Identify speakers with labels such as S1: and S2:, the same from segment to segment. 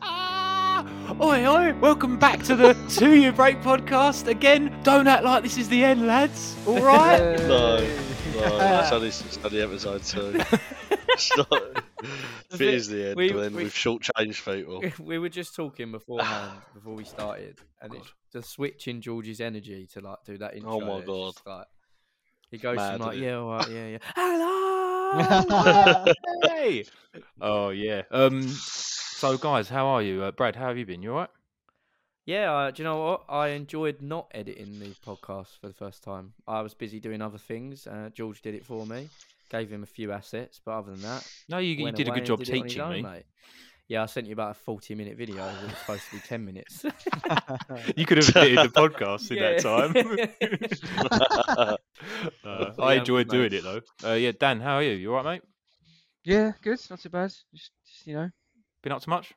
S1: Ah! Oi, oi, welcome back to the Two Year Break podcast. Again, don't act like this is the end, lads. All right?
S2: No, no, it's only, it's only episode two. It's not. If it is the end,
S3: We- we-
S2: then we, have shortchanged people.
S3: we were just talking beforehand before we started, and it's just switching George's energy to like do that intro.
S2: Oh my
S3: it's just like, he goes
S2: mad,
S3: from like
S2: isn't it?
S3: yeah, all right, yeah, yeah, hello, hey.
S1: Oh, yeah. Um. So, guys, how are you? Uh, Brad, how have you been? You all right?
S3: yeah. Uh, do you know what? I enjoyed not editing these podcasts for the first time. I was busy doing other things. Uh, George did it for me, gave him a few assets, but other than that,
S1: No, you, you
S3: went
S1: did a
S3: away
S1: good
S3: and
S1: job
S3: did it on his
S1: teaching
S3: own,
S1: me.
S3: mate. Yeah, I sent you about a forty-minute video. It was supposed to be ten minutes.
S1: You could have edited the podcast in that time.
S3: time.
S1: Uh,
S3: Yeah,
S1: I
S3: I'm
S1: enjoyed
S3: good,
S1: doing
S3: mate.
S1: it, though. Uh, yeah, Dan, how are you? You all right, mate?
S4: Yeah, good. Not too bad. Just, just you know,
S1: Been up to much?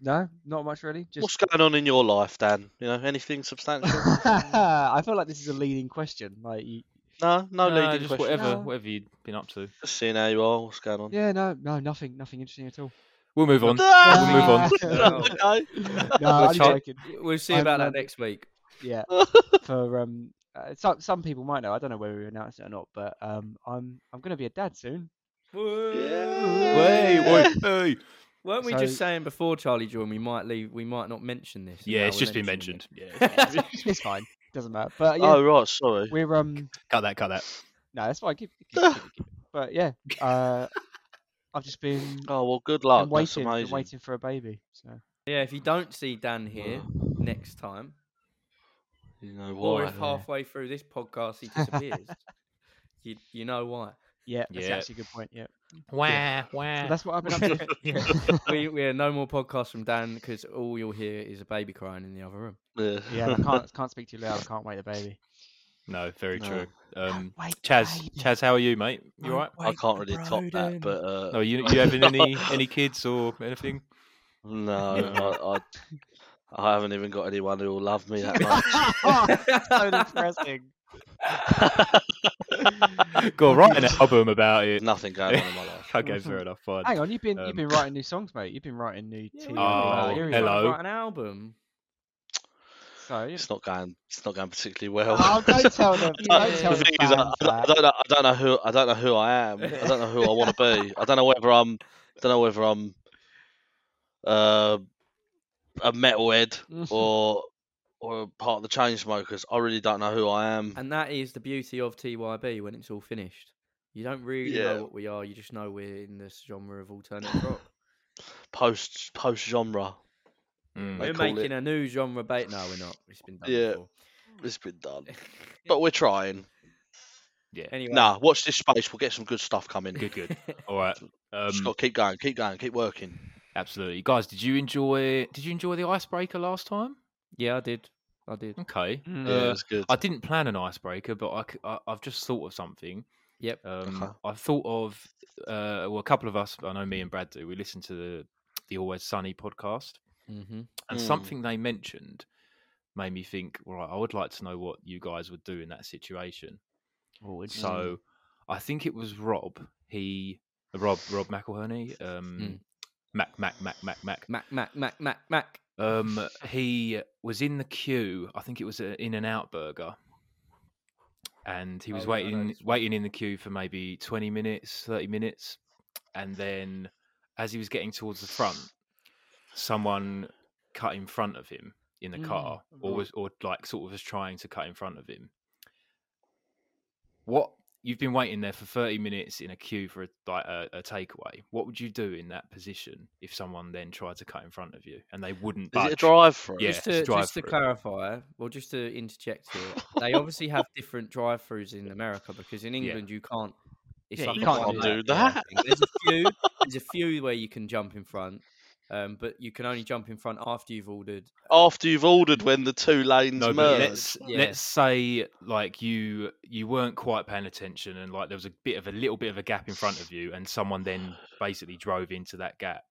S4: no, not much really. Just.
S2: What's going on in your life, Dan? You know, anything substantial?
S4: I feel like this is a leading question. Like, you...
S2: no, no
S1: Nah,
S2: leading
S1: just
S2: question.
S1: whatever,
S4: No.
S1: whatever you've been up to.
S2: Just seeing how you are, what's going on.
S4: yeah, no, no, nothing, nothing interesting at all.
S1: We'll move on.
S2: Ah!
S4: We'll
S3: move
S2: okay.
S4: No, I'm
S1: Char-
S4: joking.
S3: We'll see
S4: I'm,
S3: about that
S4: um,
S3: next week.
S4: Yeah, for um, uh, some some people might know. I don't know whether we announced it or not, but um, I'm I'm gonna be a dad soon.
S1: Hey,
S2: Wait,
S1: boy, hey.
S3: Weren't we
S4: so-
S3: just saying before Charlie Jordan we might leave we might not mention this? and
S1: Yeah,
S3: now
S1: it's
S3: we're
S1: just been
S3: mentioning
S1: mentioned.
S3: it?
S1: Yeah.
S4: It's fine, doesn't matter. But yeah,
S2: Oh right, sorry.
S4: we're um,
S1: cut that, cut that.
S4: no, that's fine. Keep, keep, keep, keep. it. But yeah, uh, I've just been,
S2: Oh well, good
S4: been
S2: luck. That's
S4: waiting, been
S2: amazing.
S4: waiting for a baby. So
S3: Yeah, if you don't see Dan here next time,
S2: Uh, You know
S3: or
S2: why?
S3: if halfway through this podcast he disappears, you you know why.
S4: yeah, that's
S1: Yeah.
S4: actually a good point. Yeah,
S1: Wah,
S4: so
S1: wah.
S4: that's what I've been up to.
S3: we we have no more podcasts from Dan because all you'll hear is a baby crying in the other room.
S2: Yeah.
S4: Yeah, and I can't can't speak too loud. I can't wait the baby.
S1: No, very
S2: No.
S1: true. Um,
S4: wait,
S1: Chaz, Chaz, how are you, mate? You all right?
S2: I can't really top that, but uh,
S1: No, you you having any any kids or anything?
S2: no, I, I, I haven't even got anyone who will love me that much.
S4: so depressing.
S1: Go write an album about it.
S2: Nothing going on in my life.
S1: Okay, fair enough. Fine.
S4: Hang on, you've been
S1: Um,
S4: you've been writing new songs, mate. You've been writing new
S3: Yeah,
S4: tunes.
S3: we are.
S1: Oh,
S4: new material.
S1: hello.
S3: Write an album.
S4: So, you
S2: It's not going. It's not going particularly well.
S4: Oh, don't tell them. Don't
S3: The
S4: tell
S2: the
S4: the
S2: thing is, I,
S4: fans
S2: I don't- I
S4: that.
S2: don't know. I don't know who. I don't know who I am. I don't know who I want to be. I don't know whether I'm. I don't know whether I'm. Uh, a metalhead or or part of the chain smokers. I really don't know who I am.
S3: And that is the beauty of TYB when it's all finished. You don't really
S2: Yeah.
S3: know what we are, you just know we're in this genre of alternative rock.
S2: Post post genre.
S1: Mm.
S2: They
S3: we're
S2: call it-
S3: making a new genre bait. No, we're not. It's been done
S2: Yeah.
S3: before.
S2: It's been done, but we're trying.
S3: Anyway,
S2: Nah, watch this space. We'll get some good stuff coming.
S1: Good, good. All right.
S2: Just
S1: Um,
S2: got to keep going, keep going, keep working.
S1: absolutely, guys. Did you enjoy? Did you enjoy the icebreaker last time?
S3: yeah, I did. I did.
S1: Okay.
S4: Mm.
S2: yeah,
S1: Uh,
S2: it's good.
S1: I didn't plan an icebreaker, but I, c- I, have just thought of something.
S3: Yep.
S1: Um,
S2: Okay.
S1: I thought of, uh, well, a couple of us, I know me and Brad do, we listen to the, the Always Sunny podcast,
S3: Mm-hmm.
S1: and
S2: Mm.
S1: something they mentioned made me think, all right, I would like to know what you guys would do in that situation.
S4: Mm.
S1: So I think it was Rob, he, Rob, Rob McElherney, um, Mac, Mac, Mac, Mac, Mac.
S3: Mac, Mac, Mac, Mac, Mac.
S1: Um, he was in the queue. I think it was an In and Out Burger, and he
S3: Oh,
S1: was
S3: yeah, I know
S1: waiting,
S3: this one.
S1: waiting in the queue for maybe twenty minutes, thirty minutes, and then as he was getting towards the front, someone cut in front of him in the
S3: Mm,
S1: car, or
S3: right.
S1: was or like sort of was trying to cut in front of him. What you've been waiting there for thirty minutes in a queue for a, like a, a takeaway? What would you do in that position if someone then tried to cut in front of you and they wouldn't?
S2: Is it a
S1: budge?
S2: drive through?
S1: Yeah,
S3: just
S1: it's
S3: to, just to
S1: drive-through.
S3: clarify, or just to interject here, they obviously have different drive-throughs in America because in
S1: Yeah.
S3: England you can't. It's
S1: Yeah,
S3: like
S1: you
S3: a
S1: can't
S3: one
S2: do
S3: lap drive
S2: that.
S3: thing. There's a few. there's a few where you can jump in front, um, but you can only jump in front after you've ordered.
S2: After you've ordered when the two lanes
S1: No, but
S2: merge.
S1: let's
S3: Yeah.
S1: let's say like you you weren't quite paying attention, and like there was a bit of a little bit of a gap in front of you, and someone then basically drove into that gap.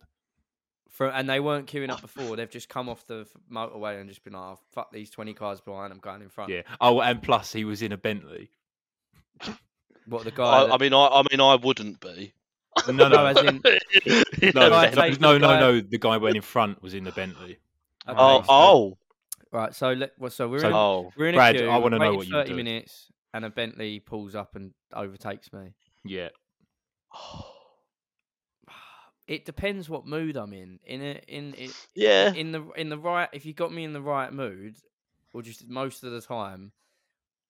S3: For, and they weren't queuing up before. They've just come off the f- motorway and just been like, oh, "Fuck these twenty cars behind. I'm going in front."
S1: Yeah. Oh, and plus he was in a Bentley.
S3: What the guy?
S2: I, I mean, I, I mean, I wouldn't be.
S1: No, no,
S3: as in
S2: In
S1: no,
S2: a
S3: I
S1: no,
S2: Bentley.
S3: take the
S1: no, no,
S3: guy-
S1: no. The guy went in front was in the Bentley.
S3: Okay,
S2: Oh,
S3: so-
S2: oh,
S3: Right, so let, well, so we're
S1: So-
S3: in,
S2: oh.
S3: we're in a
S1: Brad,
S3: queue.
S1: I wanna
S3: I've
S1: know
S3: waited
S1: what you
S3: Thirty
S1: do.
S3: minutes, and a Bentley pulls up and overtakes me.
S1: Yeah.
S3: It depends what mood I'm in. In a, in it,
S2: Yeah.
S3: in the in the right if you got me in the right mood or just most of the time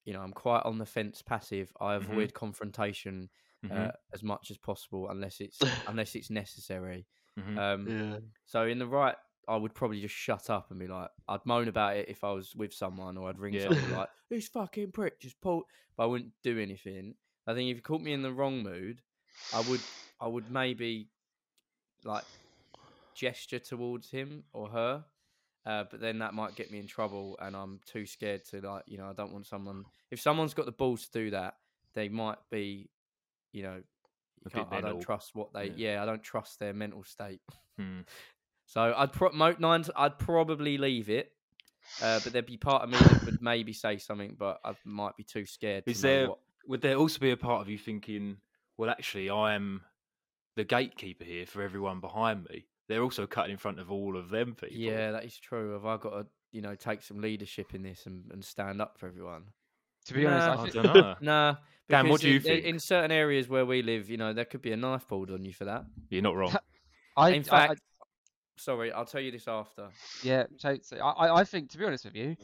S3: you know i'm quite on the fence passive i
S2: Mm-hmm.
S1: Mhm.
S3: avoid confrontation
S1: mhm,
S3: uh, as much as possible unless it's unless it's necessary
S2: Mm-hmm.
S1: mhm.
S3: um
S2: Yeah.
S3: so in the right i would probably just shut up and be like i'd moan about it if i was with someone or i'd ring
S1: Yeah.
S3: someone like this fucking prick just pulled but i wouldn't do anything i think if you caught me in the wrong mood i would i would maybe like gesture towards him or her. Uh, but then that might get me in trouble, and I'm too scared to like, you know, I don't want someone. If someone's got the balls to do that, they might be, you
S1: A
S3: know, you
S1: bit
S3: can't- I don't
S1: mental.
S3: trust what they. Yeah. I don't trust their mental state.
S1: Hmm.
S3: So I'd pro- mo- nine, I'd probably leave it. Uh, but there'd be part of me that would maybe say something, but I might be too scared.
S1: Is
S3: to know
S1: there-
S3: what-
S1: Would there also be a part of you thinking, well, actually, I'm the gatekeeper here for everyone behind me? They're also cutting in front of all of them people.
S3: Yeah, that is true. Have I got to, you know, take some leadership in this and, and stand up for everyone?
S4: To be honest,
S3: Nah.
S4: I
S1: I
S4: think-
S1: don't know.
S3: Nah.
S1: Dan, what
S3: because
S1: do you
S3: in,
S1: think?
S3: In certain areas where we live, you know, there could be a knife pulled on you for that.
S1: You're not wrong.
S4: I,
S3: in
S4: I- I-
S3: fact, sorry, I'll tell you this after.
S4: yeah. So, so I, I- I think, to be honest with you,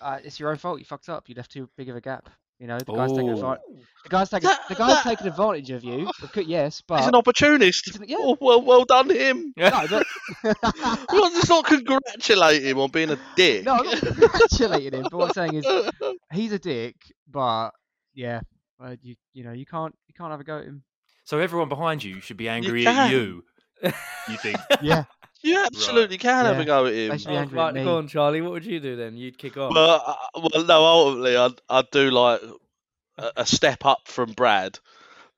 S4: uh, it's your own fault. You fucked up. You left too big of a gap. You know, the guy's taking
S1: Ooh.
S4: advantage. The guy's taking
S2: That-
S4: the guy's
S2: that-
S4: taking advantage of you. of cou- Yes, but
S2: He's an opportunist.
S4: He's an- yeah.
S2: Oh, well, well done him.
S4: no, but
S2: Let's just not congratulate him on being a dick.
S4: no, I'm not congratulating him. But what I'm saying is, he's a dick. But yeah, uh, you you know you can't you can't have a go at him.
S1: So everyone behind you should be angry
S2: can.
S1: at you. You think?
S4: Yeah,
S2: you absolutely can have
S4: Yeah.
S2: a go at him.
S4: They should be
S3: Oh,
S4: angry at
S3: right,
S4: me.
S3: go on, Charlie. What would you do then? You'd kick off.
S2: Well, uh, well, no, ultimately, I'd, I'd do like a, a step up from Brad,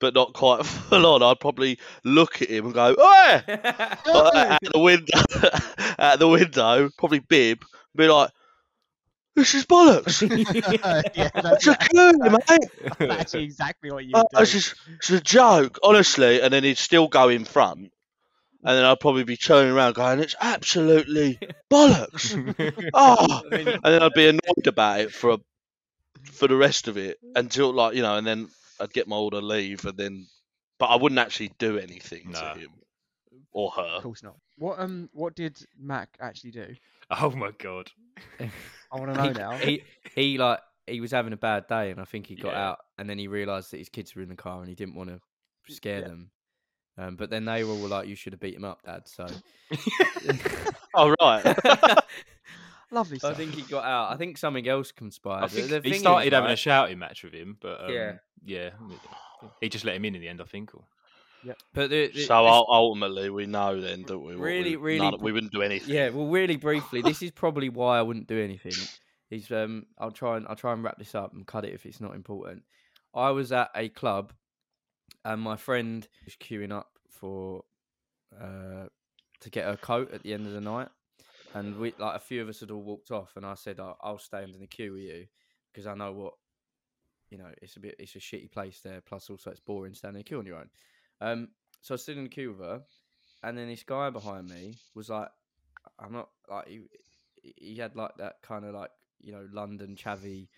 S2: but not quite full on. I'd probably look at him and go, "Oi!" Like, out the window, out the window, probably bib, be like, "This is bollocks."
S4: yeah,
S2: It's
S4: that's,
S2: a clue, mate.
S4: that's actually exactly what you
S2: Oh,
S4: do.
S2: it's, just, it's a joke, honestly. And then he'd still go in front, and then I'd probably be turning around going, "It's absolutely bollocks." Oh.
S3: Then-
S2: and then I'd be annoyed about it for a, for the rest of it
S3: Mm.
S2: until like you know, and then I'd get my order leave, and then but I wouldn't actually do anything
S1: Nah.
S2: to him or her.
S4: Of course not. What um what did Mac actually do?
S1: oh my god.
S4: I want to know
S3: he,
S4: now.
S3: he, he, like, he was having a bad day, and I think he got
S1: Yeah.
S3: out, and then he realised that his kids were in the car, and he didn't want to scare
S4: Yeah.
S3: them. Um, but then they were all like, "You should have beat him up, Dad." So
S2: Oh right,
S4: Lovely
S3: I
S4: stuff.
S3: think he got out. I think something else conspired.
S1: I
S3: The-
S1: think
S3: the thing
S1: he
S3: is,
S1: started having
S3: right,
S1: a shouting match with him, but um, yeah,
S3: Yeah.
S1: he just let him in in the end, I think. Or...
S3: But the, the,
S2: so
S3: this-
S2: ul- ultimately we know then that we what
S3: Really,
S2: we,
S3: really
S2: none- we
S3: br-
S2: wouldn't do anything.
S3: yeah. Well, really briefly, this is probably why I wouldn't do anything. Is um, I'll try and I'll try and wrap this up and cut it if it's not important. I was at a club, and my friend was queuing up for, uh, to get her coat at the end of the night, and we like a few of us had all walked off, and I said I'll, I'll stand in the queue with you because I know what, you know, it's a bit it's a shitty place there. Plus, also it's boring standing in the queue on your own. Um, so I stood in the queue with her, and then this guy behind me was like, I'm not like he, he had like that kind of like you know London chavvy,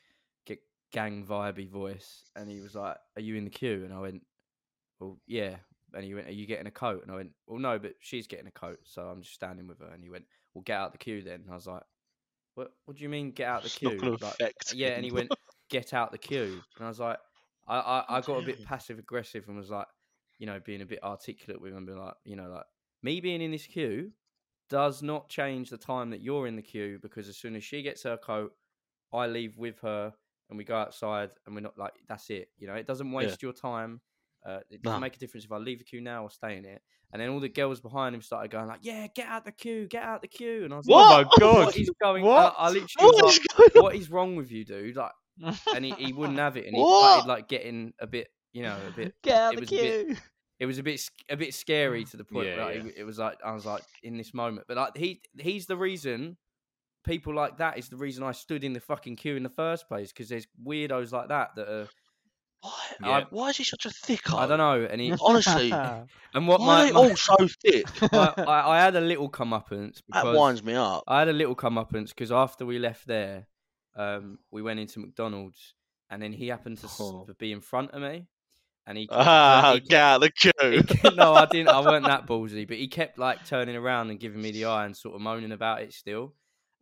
S3: g- gang vibey voice, and he was like, "Are you in the queue?" And I went, "Well, yeah." And he went, "Are you getting a coat?" And I went, "Well, no, but she's getting a coat, so I'm just standing with her." And he went, "Well, get out the queue then." And I was like, "What? What do you mean get out the
S2: It's
S3: queue?"
S2: not gonna
S3: Like,
S2: affect
S3: yeah, and he
S2: him.
S3: went, "Get out the queue," and I was like, I I, I got a bit passive aggressive and was like, you know, being a bit articulate with him, and be like, you know, like me being in this queue does not change the time that you're in the queue because as soon as she gets her coat, I leave with her and we go outside and we're not like that's it. You know, it doesn't waste your time. Uh, it doesn't
S2: No.
S3: make a difference if I leave the queue now or stay in it. And then all the girls behind him started going like, "Yeah, get out the queue, get out the queue." And I was
S2: What?
S1: Oh my god.
S3: like, "What is going?
S1: What?
S3: I, I literally was
S2: What
S3: like,
S2: is going on?
S3: what is wrong with you, dude? Like, and he, he wouldn't have it, and he
S2: What?
S3: started like getting a bit, you know, a bit.
S4: Get out
S3: it
S4: the
S3: was a bit-
S4: queue.
S3: It was a bit, sc- a bit scary to the point
S1: Yeah,
S3: where like,
S1: yeah.
S3: it, it was like I was like in this moment, but like he, he's the reason. People like that is the reason I stood in the fucking queue in the first place because there's weirdos like that that are
S2: Why?
S1: Yeah.
S2: Why is he such a thick?
S3: I don't know. And he,
S2: Honestly,
S4: Ah.
S3: and what
S2: Oh. why
S3: my,
S2: are they
S3: my-
S2: all so thick?
S3: I, I, I had a little comeuppance
S2: That
S3: because
S2: winds me up.
S3: I had a little comeuppance because after we left there, um, we went into McDonald's, and then he happened to s-
S2: Oh.
S3: be in front of me, and he. kept-
S2: Ah,
S3: he kept-
S2: get out the
S3: he
S2: queue.
S3: kept- no, I didn't. I weren't that ballsy, but he kept like turning around and giving me the eye and sort of moaning about it still.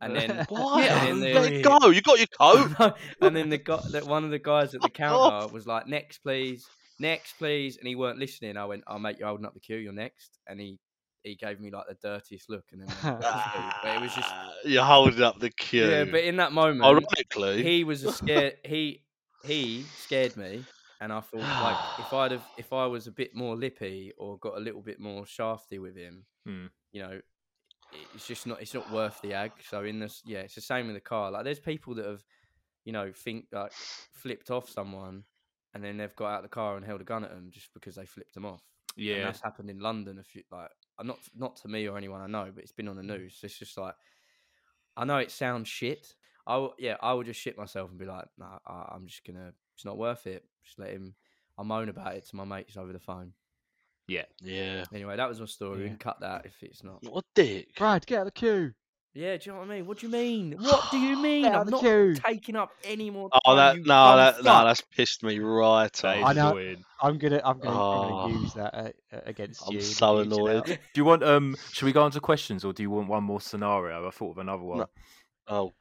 S3: And then,
S2: Why?
S3: Yeah, and then
S2: Let it go. You got your coat.
S3: and then the guy, that one of the guys at the
S2: Fuck
S3: counter
S2: off.
S3: was like, "Next, please, next, please," and he weren't listening. I went, "I'll make you holding up the queue. You're next." And he he gave me like the dirtiest look, and then went, but it was just
S2: Ah, You're holding up the queue.
S3: yeah. But in that moment,
S2: Ironically,
S3: he was a scared he he scared me and i thought like if i'd have if i was a bit more lippy or got a little bit more shafty with him
S1: Hmm.
S3: you know it's just not it's not worth the ag so in this yeah it's the same with the car like there's people that have you know think like flipped off someone and then they've got out of the car and held a gun at them just because they flipped them off and
S1: Yeah,
S3: that's happened in London. A few like uh, not not to me or anyone I know, but it's been on the news. It's just like I know it sounds shit. I w- yeah, I would just shit myself and be like, nah, I, I'm just gonna. It's not worth it. Just let him. I moan about it to my mates over the phone.
S2: yeah.
S3: Anyway, that was my story. We
S4: Yeah.
S3: can cut that if it's not.
S2: What a dick?
S4: Brad, get out of the queue.
S3: Yeah, do you know what I mean? What do you mean? What do you mean?
S4: Out
S3: I'm
S4: the
S3: not
S4: queue.
S3: taking up any more.
S2: Oh,
S3: time,
S2: that
S3: you
S2: no,
S3: dumb
S2: that no,
S3: fuck.
S2: that's pissed me right
S1: that is
S2: off.
S4: I know.
S1: annoying.
S4: I'm gonna, I'm gonna, I'm
S2: Oh.
S4: gonna use that uh, uh, against
S2: I'm
S4: you. in the
S2: so
S4: future now.
S2: annoyed.
S1: Do you want um? Should we go on to questions, or do you want one more scenario? I thought of another one.
S2: No. Oh,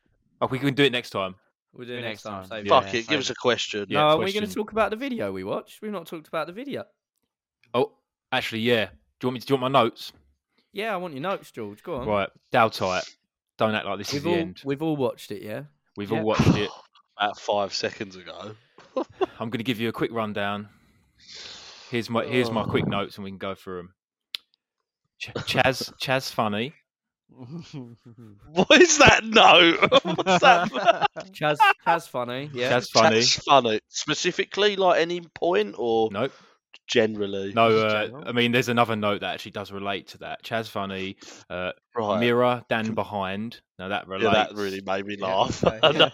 S1: Oh, we can do it next time.
S3: We'll do it
S4: Maybe
S3: next
S4: next
S3: time.
S4: time.
S3: save
S1: Yeah,
S2: fuck it. Give
S3: save
S2: us a question.
S1: Yeah,
S3: no, are we going to
S1: question.
S3: talk about the video we watched? We've not talked about the video.
S1: Oh, actually, yeah. Do you want me to do you want my notes?
S3: Yeah, I want your notes, George. Go on.
S1: Right, Dowtite. Don't act like this is
S3: We've
S1: the
S3: all,
S1: end.
S3: we've all watched it, yeah?
S1: We've
S3: yeah.
S1: all watched it.
S2: About five seconds ago.
S1: I'm going to give you a quick rundown. Here's my here's my quick
S3: Oh.
S1: notes, and we can go through them. Chaz Chaz funny.
S2: What is that note? What's that?
S3: Chaz, Chaz funny, yeah?
S1: Chaz funny.
S2: That's funny. Specifically, like any point or
S1: Nope.
S2: generally?
S1: No,
S4: Just
S1: uh,
S4: general.
S1: I mean, there's another note that actually does relate to that. Chaz funny, uh,
S2: Right.
S1: mirror, Dan behind. Now that relates.
S2: yeah, that really made me
S3: Yeah,
S2: laugh.
S3: okay.
S2: I know.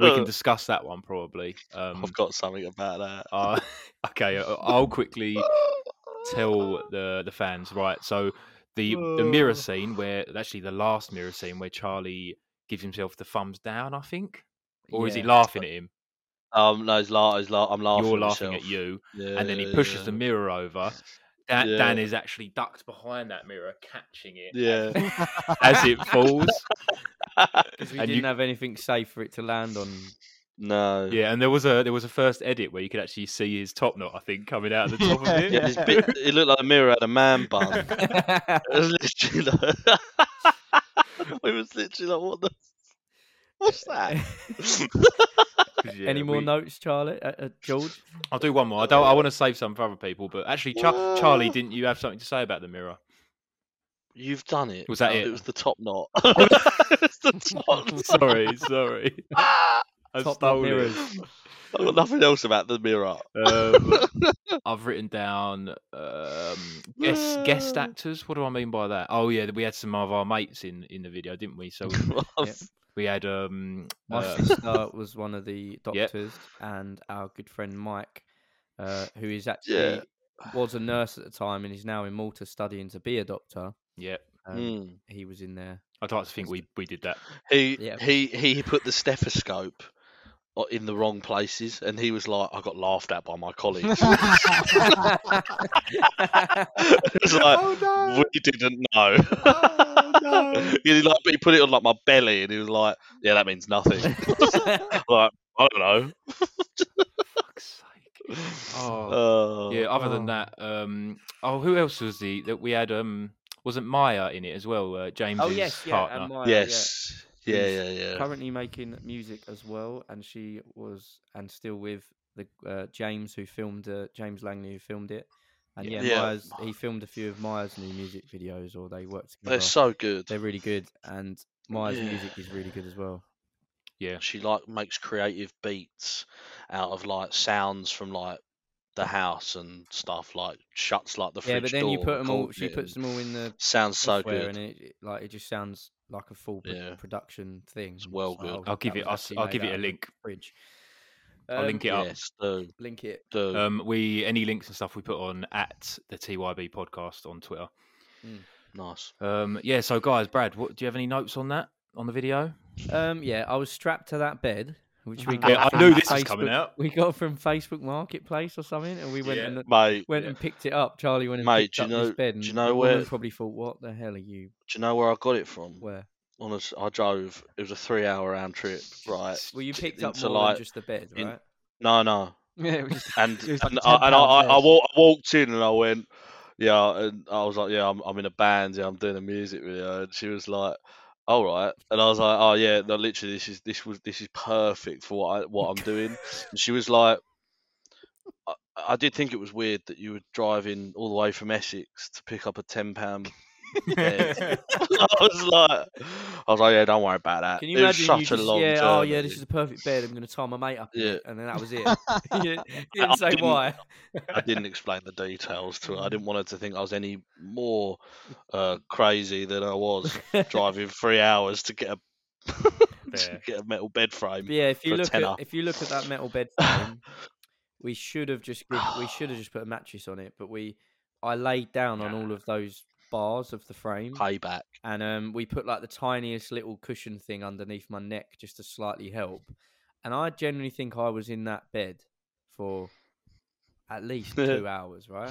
S1: We can discuss that one probably. Um,
S2: I've got something about that.
S3: Oh,
S1: uh, okay, I- I'll quickly tell the the fans right. So the the mirror scene where actually the last mirror scene where Charlie gives himself the thumbs down, I think, or is he
S3: Yeah.
S1: laughing at him?
S2: Um, no, he's la- he's la- I'm laughing.
S1: You're laughing
S2: myself.
S1: at you,
S2: Yeah,
S1: and then he pushes the mirror over. Dan,
S2: Yeah.
S1: Dan is actually ducked behind that mirror, catching it
S2: Yeah.
S1: as it falls.
S3: Because we
S1: And
S3: didn't
S1: you-
S3: have anything safe for it to land on.
S2: No.
S1: Yeah, and there was a there was a first edit where you could actually see his top knot, I think, coming out of the top of it.
S2: Yeah, this bit, it looked like the mirror had a man bun. It was literally like... we was literally like, what the? What's that?
S1: Yeah,
S3: Any more
S1: we-
S3: notes, Charlie? Uh, uh, George?
S1: I'll do one more. I don't. I want to save some for other people, but actually, Char- Charlie, didn't you have something to say about the mirror?
S2: You've done it.
S1: Was that
S2: No,
S1: it?
S2: It was the top knot. it was the top knot.
S1: sorry, sorry. I
S3: Top
S1: stole
S3: knot mirrors.
S1: it.
S2: I've got nothing else about the mirror.
S1: Um, I've written down um, guest guest
S3: Ah.
S1: actors. What do I mean by that? Oh yeah, we had some of our mates in in the video, didn't we? So we- we had um
S3: My
S1: uh,
S3: sister was one of the
S1: Yep.
S3: doctors, and our good friend Mike, uh, who is actually
S2: Yeah.
S3: was a nurse at the time and is now in Malta studying to be a doctor.
S1: yeah.
S3: Um,
S2: Mm.
S3: He was in there.
S1: I'd like to think we we did that.
S2: He
S3: Yeah.
S2: he he put the stethoscope o- in the wrong places, and he was like, "I got laughed at by my colleagues." it's like
S4: Oh,
S2: we didn't know.
S3: Oh,
S2: he like he put it on like my belly, and he was like, "Yeah, that means nothing." like I don't know.
S1: Fuck's sake. Oh.
S2: Oh.
S1: yeah. Other than
S4: oh.
S1: that, um, oh, who else was the that we had? Um, wasn't Maya in it as well? Uh, James's
S3: oh yes, yeah,
S1: partner.
S3: and Maya, yeah.
S2: Yes. Yeah. Yeah. Yeah.
S3: currently making music as well, and she was and still with the uh, James who filmed uh, James Langley who filmed it, and yeah,
S1: Yeah.
S2: Yeah.
S3: Myers he filmed a few of Myers' new music videos, or they worked together.
S2: They're so good.
S3: They're really good, and Myers'
S2: Yeah.
S3: music is really good as well.
S1: yeah.
S2: She like makes creative beats out of like sounds from like the house and stuff. Like shuts like the fridge
S3: yeah, but then you
S2: door,
S3: put them all.
S2: records
S3: She
S2: it,
S3: puts
S2: and
S3: them all in the
S2: Sounds so
S3: software,
S2: good.
S3: and it it- like it just sounds like a full pro-
S2: Yeah.
S3: production thing. and
S2: well
S3: like,
S2: good.
S3: oh,
S1: I'll give
S3: that
S1: it.
S3: was
S1: I'll, s-
S3: actually
S1: I'll
S3: made
S1: give
S3: out
S1: it a
S3: of
S1: link.
S3: Fridge. Um,
S1: I'll link it up.
S2: Yes, do,
S3: Link it.
S2: do.
S1: Um, we any links and stuff we put on at the TYB podcast on Twitter.
S2: nice.
S1: Um, yeah. So guys, Brad, what do you have any notes on that on the video?
S3: Um, yeah, I was strapped to that bed, which we got.
S1: Uh-huh. Yeah, I
S3: from
S1: knew this was coming
S3: Facebook-
S1: out.
S3: We got from Facebook Marketplace or something, and we went
S1: Yeah.
S3: and
S2: Mate,
S3: went and picked it up. Charlie went and
S2: Mate,
S3: picked
S2: do
S3: up
S2: you know-
S3: this bed,
S2: do
S3: and
S2: you
S3: the
S2: know
S3: woman
S2: where-
S3: probably thought, "What the hell are you?
S2: do you know where I got it from?
S3: Where?"
S2: Honestly, I drove. It was a three-hour round trip, right?
S3: Well, you picked
S2: into
S3: up more
S2: like-
S3: than just the bed,
S2: in-
S3: right?
S2: No, no.
S4: Yeah, it was just
S2: And
S4: It was like
S2: and,
S4: a
S2: I, and I, I,
S4: £10
S2: I,
S4: bed.
S2: wa- I walked in and I went, yeah. And I was like, yeah, I'm, I'm in a band. Yeah, I'm doing a music video. And she was like, all right. And I was like, oh yeah, no, literally, this is this was this is perfect for what I, what I'm doing. and she was like, I, I did think it was weird that you were driving all the way from Essex to pick up a ten pound. I was like, I was like, yeah, don't worry about that.
S3: Can you
S2: it was
S3: imagine
S2: such
S3: you
S2: a
S3: just,
S2: long
S3: yeah,
S2: journey.
S3: oh yeah, this is the perfect bed. I'm going to tie my mate up, in
S2: Yeah.
S3: it, and then that was it. you didn't
S2: I
S3: say
S2: didn't-
S3: why.
S2: I didn't explain the details to her. I didn't want her to think I was any more uh, crazy than I was driving three hours to get a to
S1: Fair.
S2: get a metal bed frame.
S3: But yeah, if you
S2: for a
S3: look
S2: tenner.
S3: at if you look at that metal bed frame, we should have just giv we should have just put a mattress on it, but we I laid down on all of those bars of the frame,
S2: Payback.
S3: and um, we put like the tiniest little cushion thing underneath my neck just to slightly help. And I generally think I was in that bed for at least two hours, right?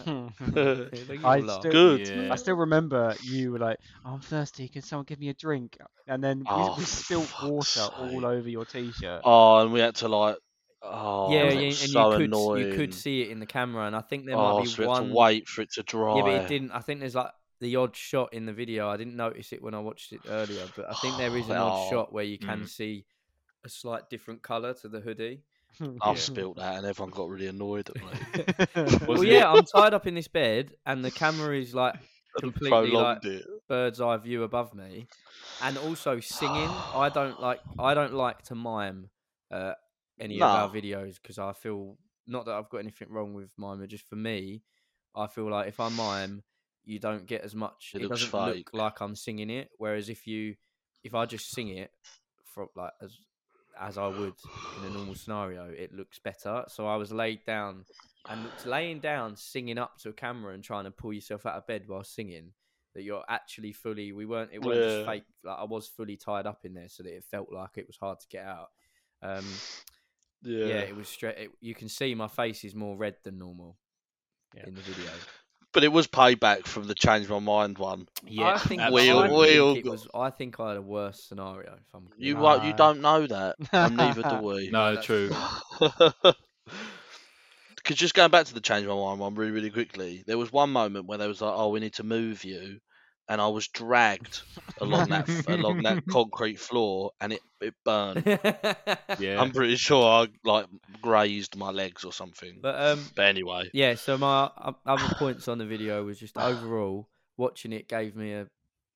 S2: Good.
S3: They all
S4: I
S3: laugh.
S4: still- I
S1: Yeah.
S4: still remember you were like, "Oh, "I'm thirsty. Can someone give me a drink?" And then we,
S2: Oh,
S4: we spilt
S2: fuck's
S4: water
S2: sake.
S4: all over your t-shirt.
S2: Oh, and we had to like. Oh,
S3: yeah,
S2: it was
S3: yeah, and
S2: so
S3: you could
S2: annoying.
S3: you could see it in the camera, and I think there
S2: oh,
S3: might be
S2: so we had
S3: one.
S2: to wait for it to dry.
S3: Yeah, but it didn't. I think there's like the odd shot in the video. I didn't notice it when I watched it earlier, but I think there is an odd
S2: Oh.
S3: shot where you can
S1: Mm.
S3: see a slight different color to the hoodie.
S2: I
S1: Yeah.
S2: spilt that, and everyone got really annoyed at me.
S3: well,
S1: Wasn't it-
S3: yeah, I'm tied up in this bed, and the camera is like completely like
S2: Prolonged it.
S3: bird's eye view above me, and also singing. I don't like. I don't like to mime uh, any of
S2: No.
S3: our videos because I feel not that I've got anything wrong with mime, but just for me, I feel like if I mime, you don't get as much.
S2: It
S3: It,
S2: looks
S3: doesn't
S2: fake.
S3: look like I'm singing it. Whereas if you, if I just sing it from like as as I would in a normal scenario, it looks better. So I was laid down and it's laying down, singing up to a camera and trying to pull yourself out of bed while singing. That you're actually fully, we weren't, it wasn't
S2: Yeah.
S3: just fake. Like I was fully tied up in there, so that it felt like it was hard to get out. Um, yeah.
S2: Yeah.
S3: it was straight. It, you can see my face is more red than normal in the video.
S2: But it was payback from the change my mind one.
S1: Yeah,
S3: I think,
S2: we
S3: I, think
S2: all-
S1: absolutely.
S2: we all
S3: it
S2: got-
S3: was, I think I had a worse scenario. If I'm
S2: You
S3: completely
S2: won't- you
S4: No.
S2: don't know that, and neither do we.
S1: No,
S3: That's-
S1: true.
S2: Because just going back to the change my mind one really, really quickly, there was one moment where they was like, "Oh, we need to move you," and I was dragged along that f- along that concrete floor, and it it burned.
S3: honest.
S1: Yeah.
S2: I'm pretty sure I like grazed my legs or something. But,
S3: but um,
S2: anyway,
S3: yeah. So my o- other points on the video was just overall watching it gave me a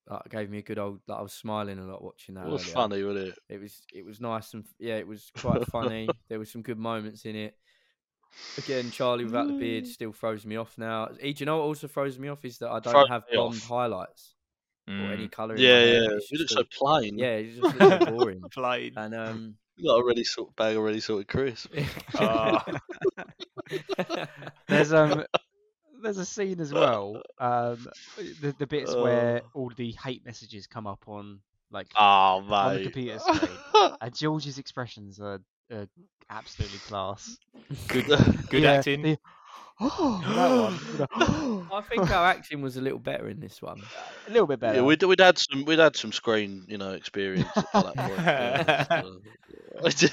S3: like, gave me a good old. Like, I was smiling a lot watching that.
S2: it was
S3: earlier.
S2: funny, wasn't it?
S3: It was it was nice and f- yeah, it was quite funny. there were some good moments in it. Again, Charlie without the
S2: Mm.
S3: beard still throws me off now. E, do you know what also throws me off is that I don't
S2: Throws
S3: have
S2: me off.
S3: blonde highlights or any
S1: Mm.
S3: colour. in
S2: Yeah,
S3: my hair.
S2: yeah.
S3: It's
S2: You look
S3: just
S2: so
S3: all-
S2: plain.
S3: yeah, it's just looks so boring.
S1: Played.
S3: And um,
S2: you got a really sort of bag, already sorted crisp.
S1: Ah.
S4: there's um, there's a scene as well. Um, the, the bits where
S2: Uh.
S4: all the hate messages come up on like
S2: Oh
S4: on the
S2: mate.
S4: computer screen, and George's expressions are, are absolutely class.
S1: Good, good
S4: Yeah,
S1: acting.
S4: the- oh, that one.
S3: I think our acting was a little better in this one.
S4: a little bit better.
S2: Yeah, we'd, we'd had some we'd had some screen you know experience at that point. yeah, so-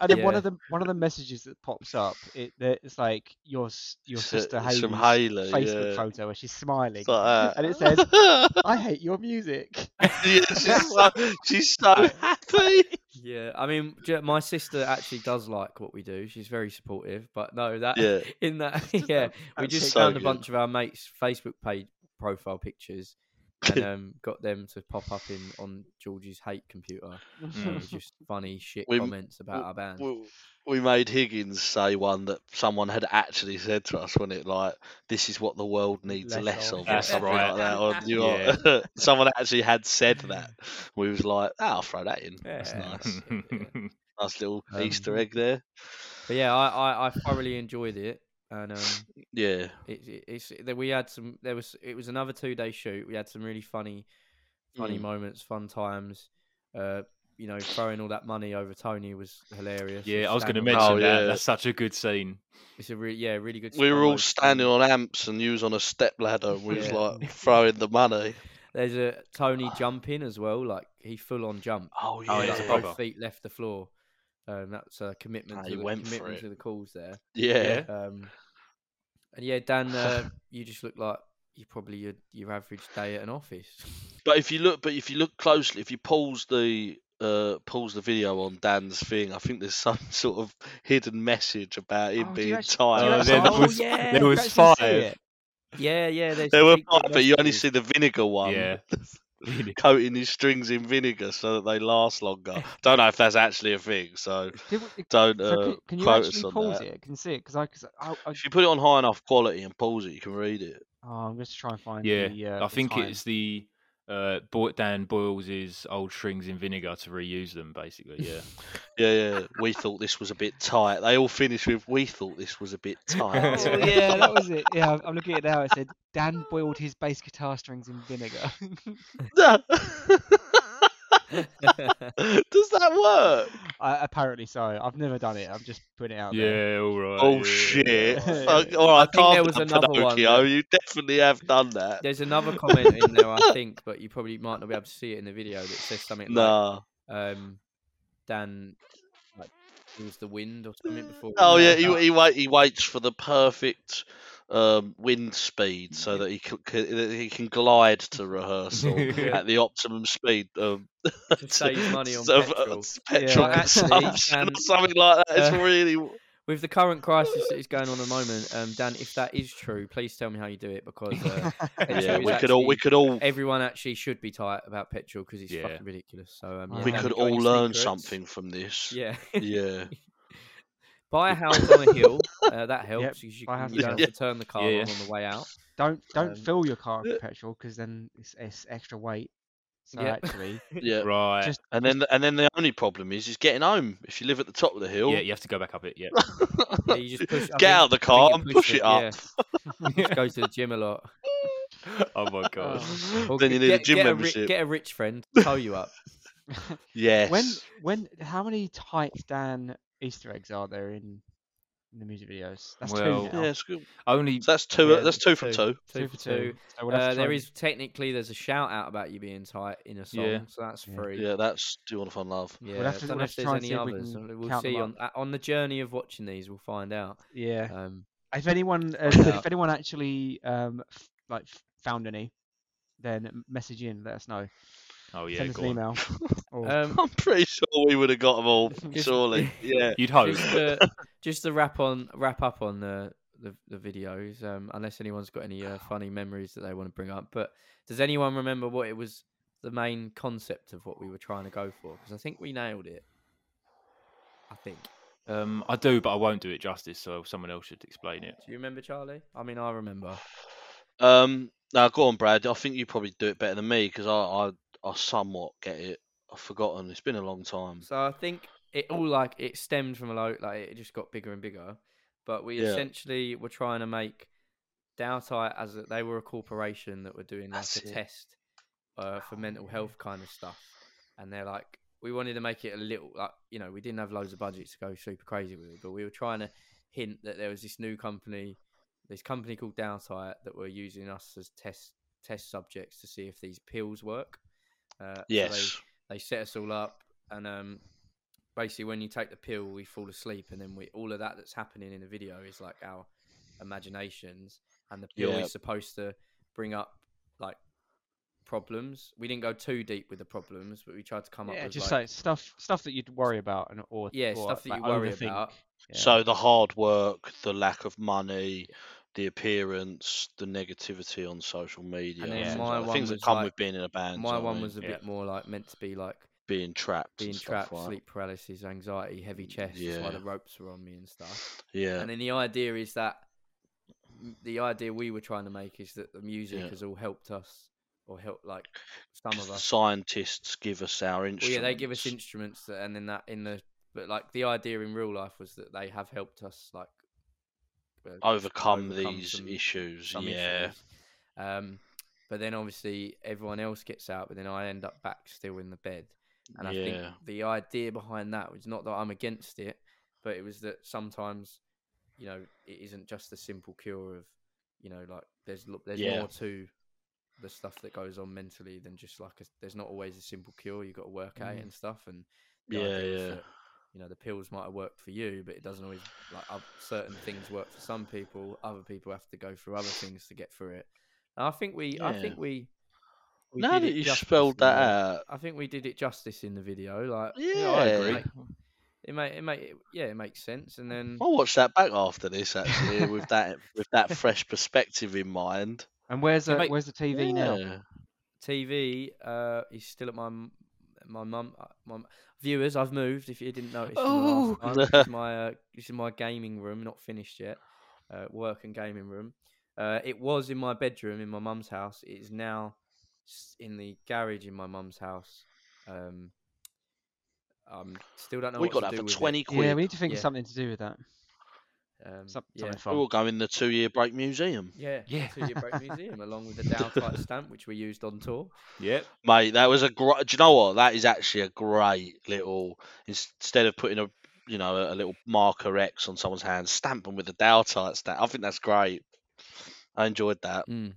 S4: And then one
S3: Yeah.
S4: of the one of the messages that pops up, it that- it's like your s- your
S2: It's a-
S4: sister
S2: it's
S4: Haley's
S2: from Hayley,
S4: Facebook
S2: yeah.
S4: photo where she's smiling,
S2: It's like
S4: and it says,
S2: that.
S4: "I hate your music."
S2: Yeah, she's, so, she's so happy.
S3: Yeah, I mean, j- my sister actually does like what we do. She's very supportive. But no, that
S2: Yeah,
S3: in that yeah we
S2: that's
S3: just
S2: so
S3: found
S2: good.
S3: a bunch of our mates facebook page profile pictures and um, got them to pop up in on george's hate computer
S2: Hmm.
S4: Oh,
S1: Mm.
S3: with just funny shit
S2: We-
S3: comments about our band
S2: we, we made Higgins say one that someone had actually said to us, wasn't it? Like, this is what the world needs less,
S4: Less
S2: of.
S4: of.
S2: or
S1: That's
S2: something
S1: right.
S2: Like that, or you are-
S4: Mm.
S2: "Ah, someone actually had said that. We was like, oh, I'll throw that in. That's
S3: Yeah.
S2: nice. Nice little
S3: Um,
S2: Easter egg there.
S3: But yeah, I, I, I thoroughly enjoyed it, and um,
S2: Yeah.
S3: it, it, it's that we had some. There was it was another two day shoot. We had some really funny, funny
S2: Mm.
S3: moments, fun times. Uh, you know, throwing all that money over Tony was hilarious.
S1: Yeah, I was going to
S3: Standing on-
S1: mention
S2: Oh,
S1: that.
S2: yeah.
S1: That's such a good scene.
S3: It's a re- yeah, really good.
S2: We were
S3: slow-mo
S2: all standing
S3: scene.
S2: on amps and you was on a step ladder and we was
S3: Yeah.
S2: like throwing the money.
S3: There's a Tony jumping as well. Like he full on jump.
S2: Oh yeah.
S1: Oh,
S3: Like,
S1: yeah.
S3: both
S1: proper.
S3: feet left the floor. Um, that's a commitment.
S2: Ah,
S3: to
S2: he
S3: the,
S2: went for
S3: commitment
S2: it.
S3: to the calls there.
S2: yeah.
S1: Yeah.
S3: Um, and yeah, Dan, uh, you just look like you probably your your average day at an office.
S2: But if you look but if you look closely, if you pause the uh pause the video on Dan's thing, I think there's some sort of hidden message about him
S4: Oh, do you
S2: being
S4: actually- do you
S2: tired.
S1: Oh, there
S4: actually-
S1: was-
S3: yeah,
S1: there
S4: you
S1: was
S4: actually see
S1: five.
S4: it?
S3: yeah, yeah. There's
S2: There were
S3: secret
S2: five, but you only
S3: messages.
S2: see the vinegar one.
S1: Yeah.
S2: Coating his strings in vinegar so that they last longer. Don't know if that's actually a thing, so
S4: Did we-
S2: don't
S4: so
S2: uh,
S4: can, can you
S2: quote
S4: actually
S2: us on
S4: pause
S2: that.
S4: it? Can you see it? Because I, 'cause I, I,
S2: If you put it on high enough quality and pause it, you can read it.
S4: oh, I'm going to try and find.
S1: Yeah,
S4: the, uh,
S1: I
S4: the
S1: think
S4: time.
S1: it's the uh, Bo- Dan boils his old strings in vinegar to reuse them, basically. Yeah.
S2: Yeah, yeah. We thought this was a bit tight. They all finish with "We thought this was a bit tight."
S4: Oh yeah, that was it. Yeah, I'm- I'm looking at it now. It said Dan boiled his bass guitar strings in vinegar.
S2: Does that work?
S4: I, apparently so. I've never done it. I'm just putting it out there.
S1: yeah. All right.
S2: Oh
S1: yeah.
S2: shit!
S4: Yeah.
S2: Fuck, all right,
S3: I think there
S2: calm
S3: was
S2: down,
S3: another one
S2: Pinocchio.
S3: that-
S2: You definitely have done that.
S3: There's another comment in there, I think, but you probably might not be able to see it in the video. That says something
S2: Nah.
S3: like um, Dan like, feels the wind or something before.
S2: Oh yeah,
S3: going
S2: he
S3: out.
S2: he, wait, he waits for the perfect um, wind speed so that he can, that he can glide to rehearsal
S1: Yeah.
S2: at the optimum speed. Um,
S3: To save money on
S2: of, uh,
S3: petrol.
S2: petrol
S4: Yeah.
S3: Actually,
S2: consumption
S3: um,
S2: or something like that. It's
S3: uh,
S2: really
S3: With the current crisis that is going on at the moment, um, Dan, if that is true, please tell me how you do it because uh, petrol
S2: yeah.
S3: is
S2: We could all we
S3: actually-
S2: could all
S3: everyone actually should be tight about petrol because it's
S1: Yeah.
S3: fucking ridiculous. So um,
S4: We
S3: yeah,
S2: we
S3: Dan,
S2: could
S3: you got any
S2: all learn
S3: secrets?
S2: something from this.
S3: Yeah.
S2: Yeah.
S3: buy a house on a hill. Uh, that helps because you,
S4: buy a
S3: can,
S4: house
S3: you
S4: on
S3: don't
S4: a
S3: have to turn the car
S1: Yeah.
S3: on on the way out.
S4: Don't don't
S3: Um,
S4: fill your car
S2: yeah.
S4: with petrol because then it's, it's extra weight. So
S3: Yeah.
S4: actually,
S2: Yeah.
S1: Right.
S4: Just-
S2: And then and then the only problem is is getting home. If you live at the top of the hill,
S1: yeah. You have to go back up it. Yeah.
S3: Yeah, you just push, I
S2: get
S3: think-
S2: out of the
S3: I think
S2: car
S3: you
S2: and push it up.
S3: Yeah. Go to the gym a lot.
S1: oh my god.
S3: Or
S2: Then
S3: g-
S2: you need a
S3: get,
S2: gym
S3: get
S2: membership.
S3: ri- get a rich friend to tow you up.
S2: Yes.
S4: when when how many tight Dan Easter eggs are there in, in the music videos? That's
S1: Well,
S4: two now.
S2: yeah, it's good.
S1: Only.
S2: Oh. So that's two.
S3: Yeah,
S2: that's two from two.
S3: Two for two.
S4: So we'll have
S3: Uh,
S4: to try
S3: there
S4: and-
S3: is technically there's a shout out about you being tight in a song,
S1: Yeah.
S3: so that's
S4: Yeah.
S3: free.
S2: Yeah, that's Do You Want to Find Love?
S3: Yeah,
S4: have to-
S3: I don't
S4: we'll
S3: know if
S4: have to
S3: there's
S4: try and
S3: any
S4: see if we
S3: others.
S4: can
S3: We'll
S4: count them
S3: see on uh, on the journey of watching these. We'll find out.
S4: yeah.
S3: Um,
S4: if anyone uh,
S3: Yeah.
S4: if anyone actually um f- like f- found any, then m- message in. Let us know.
S1: Oh yeah.
S4: Send us
S1: Go
S4: an
S1: on.
S4: email. Or-
S3: um,
S2: I'm pretty sure we would have got them all.
S4: Just-
S2: Surely. Yeah.
S1: You'd hope.
S3: just, uh, just to wrap on wrap up on the the, the videos um, unless anyone's got any uh, funny memories that they want to bring up but does anyone remember what it was the main concept of what we were trying to go for because i think we nailed it i think
S1: Um, I do, but I won't do it justice. So someone else should explain it.
S3: do you remember charlie i mean i remember
S2: Um. Now go on, Brad. I think you probably do it better than me because I, I I somewhat get it. I've forgotten. It's been a long time.
S3: so i think it all like it stemmed from a low like it just got bigger and bigger but we
S2: Yeah.
S3: essentially were trying to make Dowtite as a, they were a corporation that were doing like
S2: That's
S3: a
S2: it. Oh,
S3: test uh, for mental health kind of stuff, and they're like, we wanted to make it a little like you know we didn't have loads of budget to go super crazy with it, but we were trying to hint that there was this new company, this company called Dowtite that were using us as test test subjects to see if these pills work. Uh, so they-
S2: Yes.
S3: they set us all up and um basically when you take the pill we fall asleep and then we all of that that's happening in the video is like our imaginations and the pill
S2: Yeah.
S3: is supposed to bring up like problems we didn't go too deep with the problems but we tried to come up
S4: yeah,
S3: with
S4: just
S3: like,
S4: like stuff stuff that you'd worry about and or
S3: yeah
S4: or,
S3: stuff that
S4: like,
S3: you worry
S4: overthink.
S3: about
S4: Yeah.
S2: So the hard work, the lack of money, the appearance, the negativity on social media,
S3: And
S2: and
S4: then
S2: things,
S3: my
S2: like that.
S3: one
S2: Things that
S3: was
S2: come
S3: like-
S2: with being in a band. do you know
S3: my
S2: what I
S3: one
S2: mean?
S3: was a
S1: Yeah.
S3: bit more like meant to be like
S2: being trapped,
S3: being
S2: and
S3: trapped,
S2: stuff, right?
S3: sleep paralysis, anxiety, heavy chest. That's why
S2: Yeah.
S3: the ropes were on me and stuff.
S2: Yeah,
S3: And then the idea is that the idea we were trying to make is that the music
S2: Yeah.
S3: has all helped us, or helped like some
S2: 'cause
S3: of
S2: the
S3: us.
S2: scientists give us our
S3: Well,
S2: instruments.
S3: yeah, they give us instruments, that, and then that in the but like the idea in real life was that they have helped us like uh,
S2: Overcome, these
S3: some-
S2: issues.
S3: some
S2: yeah.
S3: issues. Um, but then obviously everyone else gets out, but then I end up back still in the bed. And I
S2: Yeah.
S3: think the idea behind that was not that I'm against it, but it was that sometimes, you know, it isn't just a simple cure of, you know, like there's lo- there's
S2: Yeah.
S3: more to the stuff that goes on mentally than just like a, there's not always a simple cure. You've got to work at it
S4: Mm.
S3: and stuff. And the
S2: Yeah,
S3: idea was
S2: yeah.
S3: that, you know, the pills might have worked for you, but it doesn't always like oth- certain things work for some people. Other people have to go through other things to get through it. And I think we, I
S2: Yeah.
S3: think we. we
S2: Now
S3: did
S2: that
S3: it
S2: you
S3: justice
S2: spelled
S3: in the-
S2: that out,
S3: I think we did it justice in the video. Like,
S2: yeah,
S1: I agree.
S3: Like- it make it make yeah, it makes sense. And then
S2: I'll watch that back after this actually, with that with that fresh perspective in mind.
S4: And where's
S1: Yeah,
S4: the
S1: mate.
S4: where's the TV now?
S2: Yeah.
S3: TV, uh, he's still at my m- my mum. uh, My m- viewers, I've moved. If you didn't notice, from the last time.
S2: Oh.
S3: this is my uh, this is my gaming room, not finished yet. Uh, work and gaming room. Uh, it was in my bedroom in my mum's house. It is now s- in the garage in my mum's house. Um, um, still don't know.
S2: we
S3: what
S2: got
S3: to
S2: that
S3: do
S2: for
S3: with it.
S2: twenty
S4: Yeah,
S2: quid.
S4: we need to think
S3: Yeah.
S4: of something to do with that.
S3: Um,
S4: Some,
S3: yeah.
S4: Something
S2: we
S4: fun.
S2: will go in the two year break museum.
S3: Yeah,
S1: Yeah.
S3: to your break museum, along with the Dowtite stamp which we used on tour.
S1: Yep.
S2: Mate, that was a great. Do you know what? That is actually a great little. ins- Instead of putting a, you know, a little marker X on someone's hand, stamp them with the Dow type stamp. I think that's great. I enjoyed that.
S3: Mm.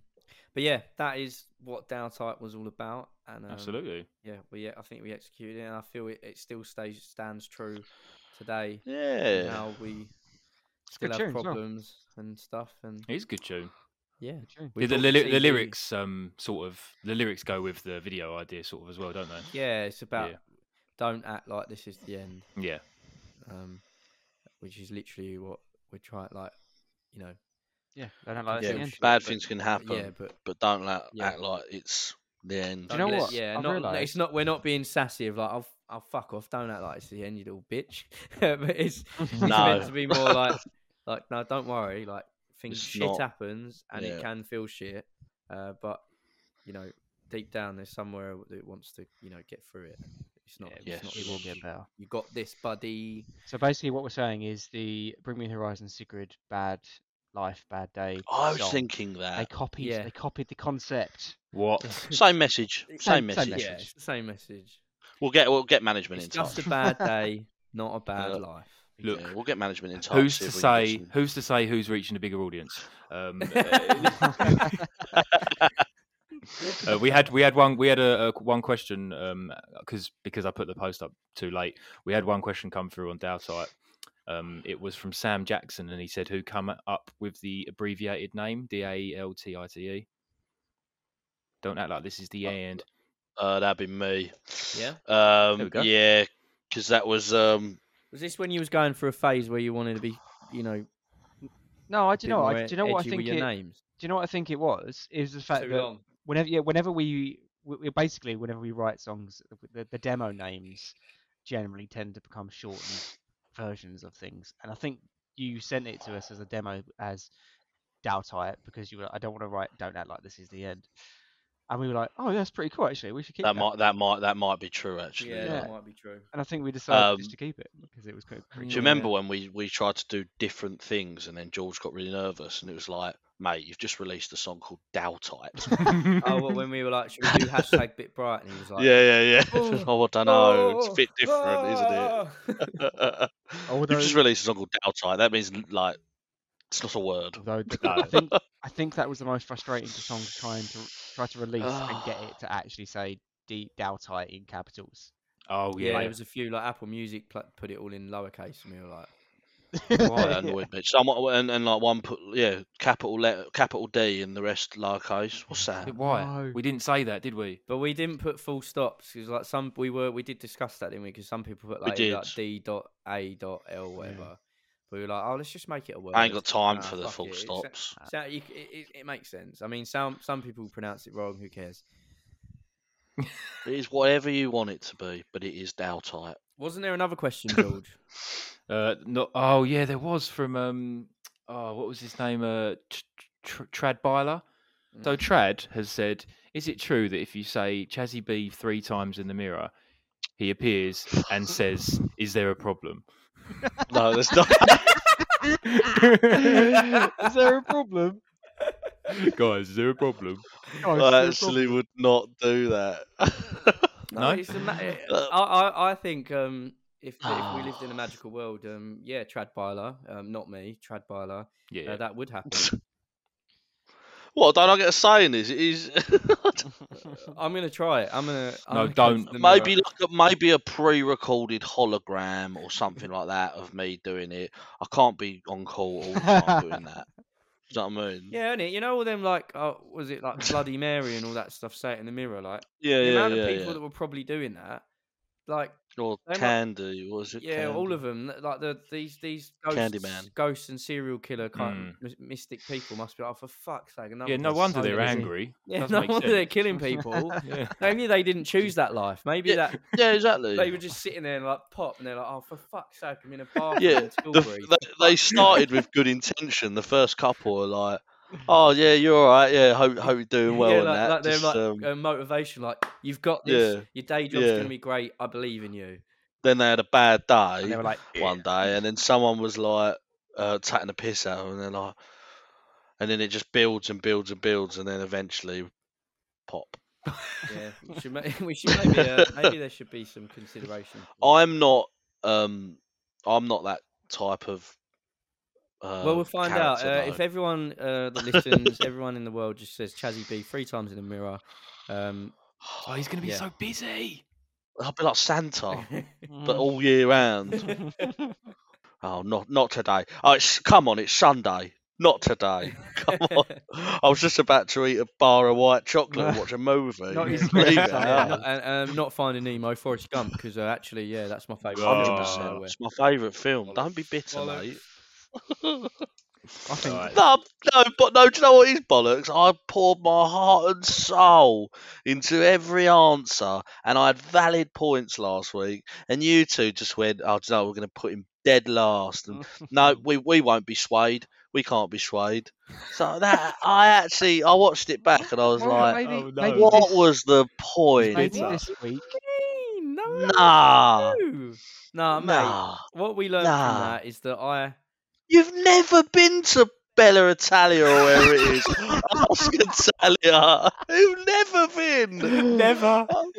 S3: But yeah, that is what Dowtype was all about, and um,
S1: Absolutely.
S3: yeah, we I think we executed, it, and I feel it, it still stays stands true today.
S2: Yeah.
S3: Now we
S4: It's a
S3: still
S4: good
S3: have
S4: tune as well.
S3: problems and stuff, and
S1: It is a good tune.
S3: yeah,
S4: Good tune.
S3: we
S1: the,
S3: bought
S1: the, li-
S3: CD.
S1: the lyrics um sort of the lyrics go with the video idea sort of as well, don't they?
S3: Yeah, it's about
S1: Yeah.
S3: don't act like this is the end,
S1: Yeah.
S3: um, which is literally what we try like, you know,
S4: Yeah, they don't like
S3: Yeah,
S4: yeah,
S2: yeah,
S4: end.
S3: sure,
S2: bad
S3: but-
S2: things can
S3: but
S2: happen,
S3: yeah, but
S2: but don't let,
S3: Yeah.
S2: act like it's the end.
S4: Do you know
S3: Unless-
S4: what?
S3: Yeah,
S4: I've
S3: not, it's
S4: realised-
S3: not. We're not being sassy of like, I'll, I'll fuck off. Don't act like it's the end, you little bitch. but it's, it's meant
S2: No.
S3: to be more like, like no, don't worry. Like things,
S2: It's
S3: shit
S2: not-
S3: happens, and it
S2: yeah.
S3: can feel shit. Uh, but you know, deep down, there's somewhere that wants to, you know, get through it. It's not.
S2: Yeah,
S3: it's not
S2: yes.
S4: It will get better.
S3: You got this, buddy.
S4: So basically, what we're saying is the Bring Me the Horizon, Sigrid, Bad Life, Bad Day.
S2: I was
S4: song,
S2: thinking
S4: they
S2: that.
S4: copied.
S3: Yeah.
S4: They copied the concept.
S1: What?
S2: Same message. Same,
S4: same
S2: message.
S4: message.
S3: Yeah, it's the same message.
S2: We'll get we'll get management
S3: It's
S2: in
S3: just
S2: touch. Uh,
S3: a bad day, not a bad
S2: Yeah.
S3: life.
S1: Look,
S2: Yeah, we'll get management in touch.
S1: who's
S2: see
S1: to
S2: if we can get
S1: say
S2: some-
S1: who's to say who's reaching a bigger audience? Um, uh, uh, we had we had one we had a, a one question um 'cause because I put the post up too late. We had one question come through on Dowsite. Um, it was from Sam Jackson, and he said, "Who come up with the abbreviated name D A L T I T E?" Don't act like this is the
S2: Uh,
S1: end.
S2: Uh, that'd be me.
S3: Yeah?
S1: There we
S2: Um,
S1: go.
S2: yeah, because that was um,
S3: Was this when you was going through a phase where you wanted to be, you know,
S4: No, I
S3: bit
S4: do you know.
S3: more
S4: I, do you know what I
S3: edgy with
S4: think?
S3: your
S4: It, do
S3: names?
S4: you know what I think it was? It was the fact
S3: Too
S4: that
S3: long.
S4: whenever yeah, whenever we, we we- basically whenever we write songs, the, the demo names generally tend to become shortened versions of things. And I think you sent it to us as a demo as Dowtype because you were like, I don't want to write Don't Act Like This Is the End. And we were like, oh, that's pretty cool actually. We should keep
S2: that
S4: that.
S2: might that might that might be true actually.
S3: Yeah,
S2: yeah.
S3: that might be true.
S4: And I think we decided just
S2: Um,
S4: to keep it because it was quite.
S2: Do
S4: pretty
S2: you
S4: cool.
S2: remember when we we tried to do different things and then George got really nervous and it was like, mate, you've just released a song called Dow Type.
S3: oh, well, when we were like, should we do hashtag bit bright? And he was like,
S2: yeah, yeah, yeah.
S3: Oh,
S2: oh, I don't know. It's a bit different, isn't it?
S1: Oh.
S4: Although-
S2: You've just released a song called Dowtide. That means like it's not a word.
S4: Although th-
S1: No.
S4: I think I think that was the most frustrating to song trying to try to release and get it to actually say D Dowtite in capitals.
S1: Oh
S3: Yeah,
S1: yeah,
S3: there was a few like Apple Music pl- put it all in lowercase, and we were like,
S2: Right, annoyed bitch. Someone and, and like one put yeah capital letter capital D and the rest lowercase. What's that?
S1: why?
S4: No.
S1: We didn't say that, did we?
S3: but we didn't put full stops because like some we were we did discuss that, didn't we? Because some people put like, it'd be like
S2: did.
S3: D dot A dot L whatever. But we were like, oh, let's just make it a word.
S2: I ain't got time
S3: Nah,
S2: for the
S3: fuck
S2: full
S3: it, it's-
S2: stops.
S3: So you, c- it, it, it makes sense. I mean, some some people pronounce it wrong. Who cares?
S2: It is whatever you want it to be, but it is Dowtite.
S3: Wasn't there another question, George?
S1: Uh, not. Oh yeah, there was from um. Oh, what was his name? Uh, Tr- Tr- Trad Byler. So
S3: Mm.
S1: Trad has said, "Is it true that if you say Chazzy B three times in the mirror, he appears and says, "Is there a problem?"
S2: No, there's not.
S4: Is there a problem?
S1: Guys, is there a problem?
S4: Guys,
S2: I
S4: is there a
S2: actually would not do that.
S1: No?
S3: it's a ma-
S2: Uh,
S3: I, I, I think um, if, if we lived in
S2: Ah.
S3: a magical world, um, yeah, Trad Byler, um, not me, Trad Byler,
S1: Yeah,
S3: uh, that would happen.
S2: what? Don't I get a say in this? It is
S4: problem?
S3: I'm gonna try it. I'm gonna. I'm
S1: No,
S3: gonna go
S1: don't.
S3: to the
S2: maybe
S3: mirror.
S2: like a, maybe a pre-recorded hologram or something like that of me doing it. I can't be on call all the time doing that. Do you know what I mean?
S3: Yeah, innit? You know all them like, oh, was it like Bloody Mary and all that stuff? Say it in the mirror, like
S2: yeah,
S3: the
S2: yeah,
S3: amount
S2: yeah.
S3: of people
S2: yeah.
S3: that were probably doing that. Like,
S2: Or
S3: they might-
S2: candy, what is it?
S3: yeah, all
S2: Candy?
S3: of them. Like the these these ghosts,
S2: Candyman.
S3: ghosts and serial killer kind of mys- mystic people must be like, oh, for fuck's sake! another
S1: Hmm. yeah. No
S3: one's
S1: wonder
S3: so
S1: they're
S3: busy."
S1: angry.
S3: Yeah,
S1: Doesn't
S3: no
S1: make
S3: wonder they're
S1: sense.
S3: killing people.
S1: Yeah.
S3: Maybe they didn't choose that life. Maybe that
S2: Yeah, exactly.
S3: They were just sitting there like pop, and they're like, "Oh, for fuck's sake, I'm in a bar."
S2: Yeah,
S3: in
S2: the,
S3: Tilbury.
S2: they, they started with good intention. The first couple are like, "Oh yeah, you're all right. Yeah, hope hope you're doing well."
S3: yeah,
S2: and
S3: like,
S2: that.
S3: like they're
S2: Just,
S3: like
S2: um,
S3: uh, motivation, like you've got this.
S2: Yeah,
S3: Your day job's
S2: yeah.
S3: gonna be great. I believe in you.
S2: then they had a bad day
S4: And they were like,
S2: one day, and then someone was like uh, taking the piss out, of them, and they're like, and then it just builds and builds and builds, and then eventually, pop.
S3: Yeah, we should, ma- we should maybe uh, maybe there should be some consideration. for that.
S2: I'm not, um, I'm not that type of. Uh,
S3: well, we'll find out uh,
S2: character,
S3: if
S2: though.
S3: everyone uh, that listens, everyone in the world just says Chazzy B three times in the mirror. Um,
S1: Oh, he's gonna be
S3: Yeah.
S1: so busy.
S2: I'll be like Santa, but
S4: Mm.
S2: all year round. Oh, not not today. Oh, it's come on, it's Sunday. Not today. Come on. I was just about to eat a bar of white chocolate and watch a movie.
S4: Not
S2: Leave
S4: even
S2: it
S4: Sunday.
S3: yeah,
S2: out.
S3: not, and, um, not finding Nemo, Forrest Gump, because uh, actually, yeah, that's my favourite. film,
S2: Hundred
S1: Oh.
S2: percent.
S3: uh,
S2: It's my favourite film. Don't be bitter,
S3: Bollocks.
S2: mate.
S4: I think
S1: Right.
S2: No, no, but no. Do you know what is bollocks? I poured my heart and soul into every answer, and I had valid points last week. And you two just went, "Oh, do you know, we're going to put him dead last." And no, we we won't be swayed. We can't be swayed. So that I actually I watched it back, and I was
S4: Well,
S2: like,
S4: maybe,
S1: oh, no.
S4: maybe
S2: "What
S4: this,
S2: was the point?"
S4: maybe
S1: Bitter.
S4: this week?
S3: mean? No,
S2: Nah,
S3: no. Nah, mate.
S2: nah.
S3: What we learned from
S2: Nah.
S3: that is that I.
S2: You've never been to Bella Italia or where it is. Ask Italia. You've never been.
S1: Never.
S2: Oh.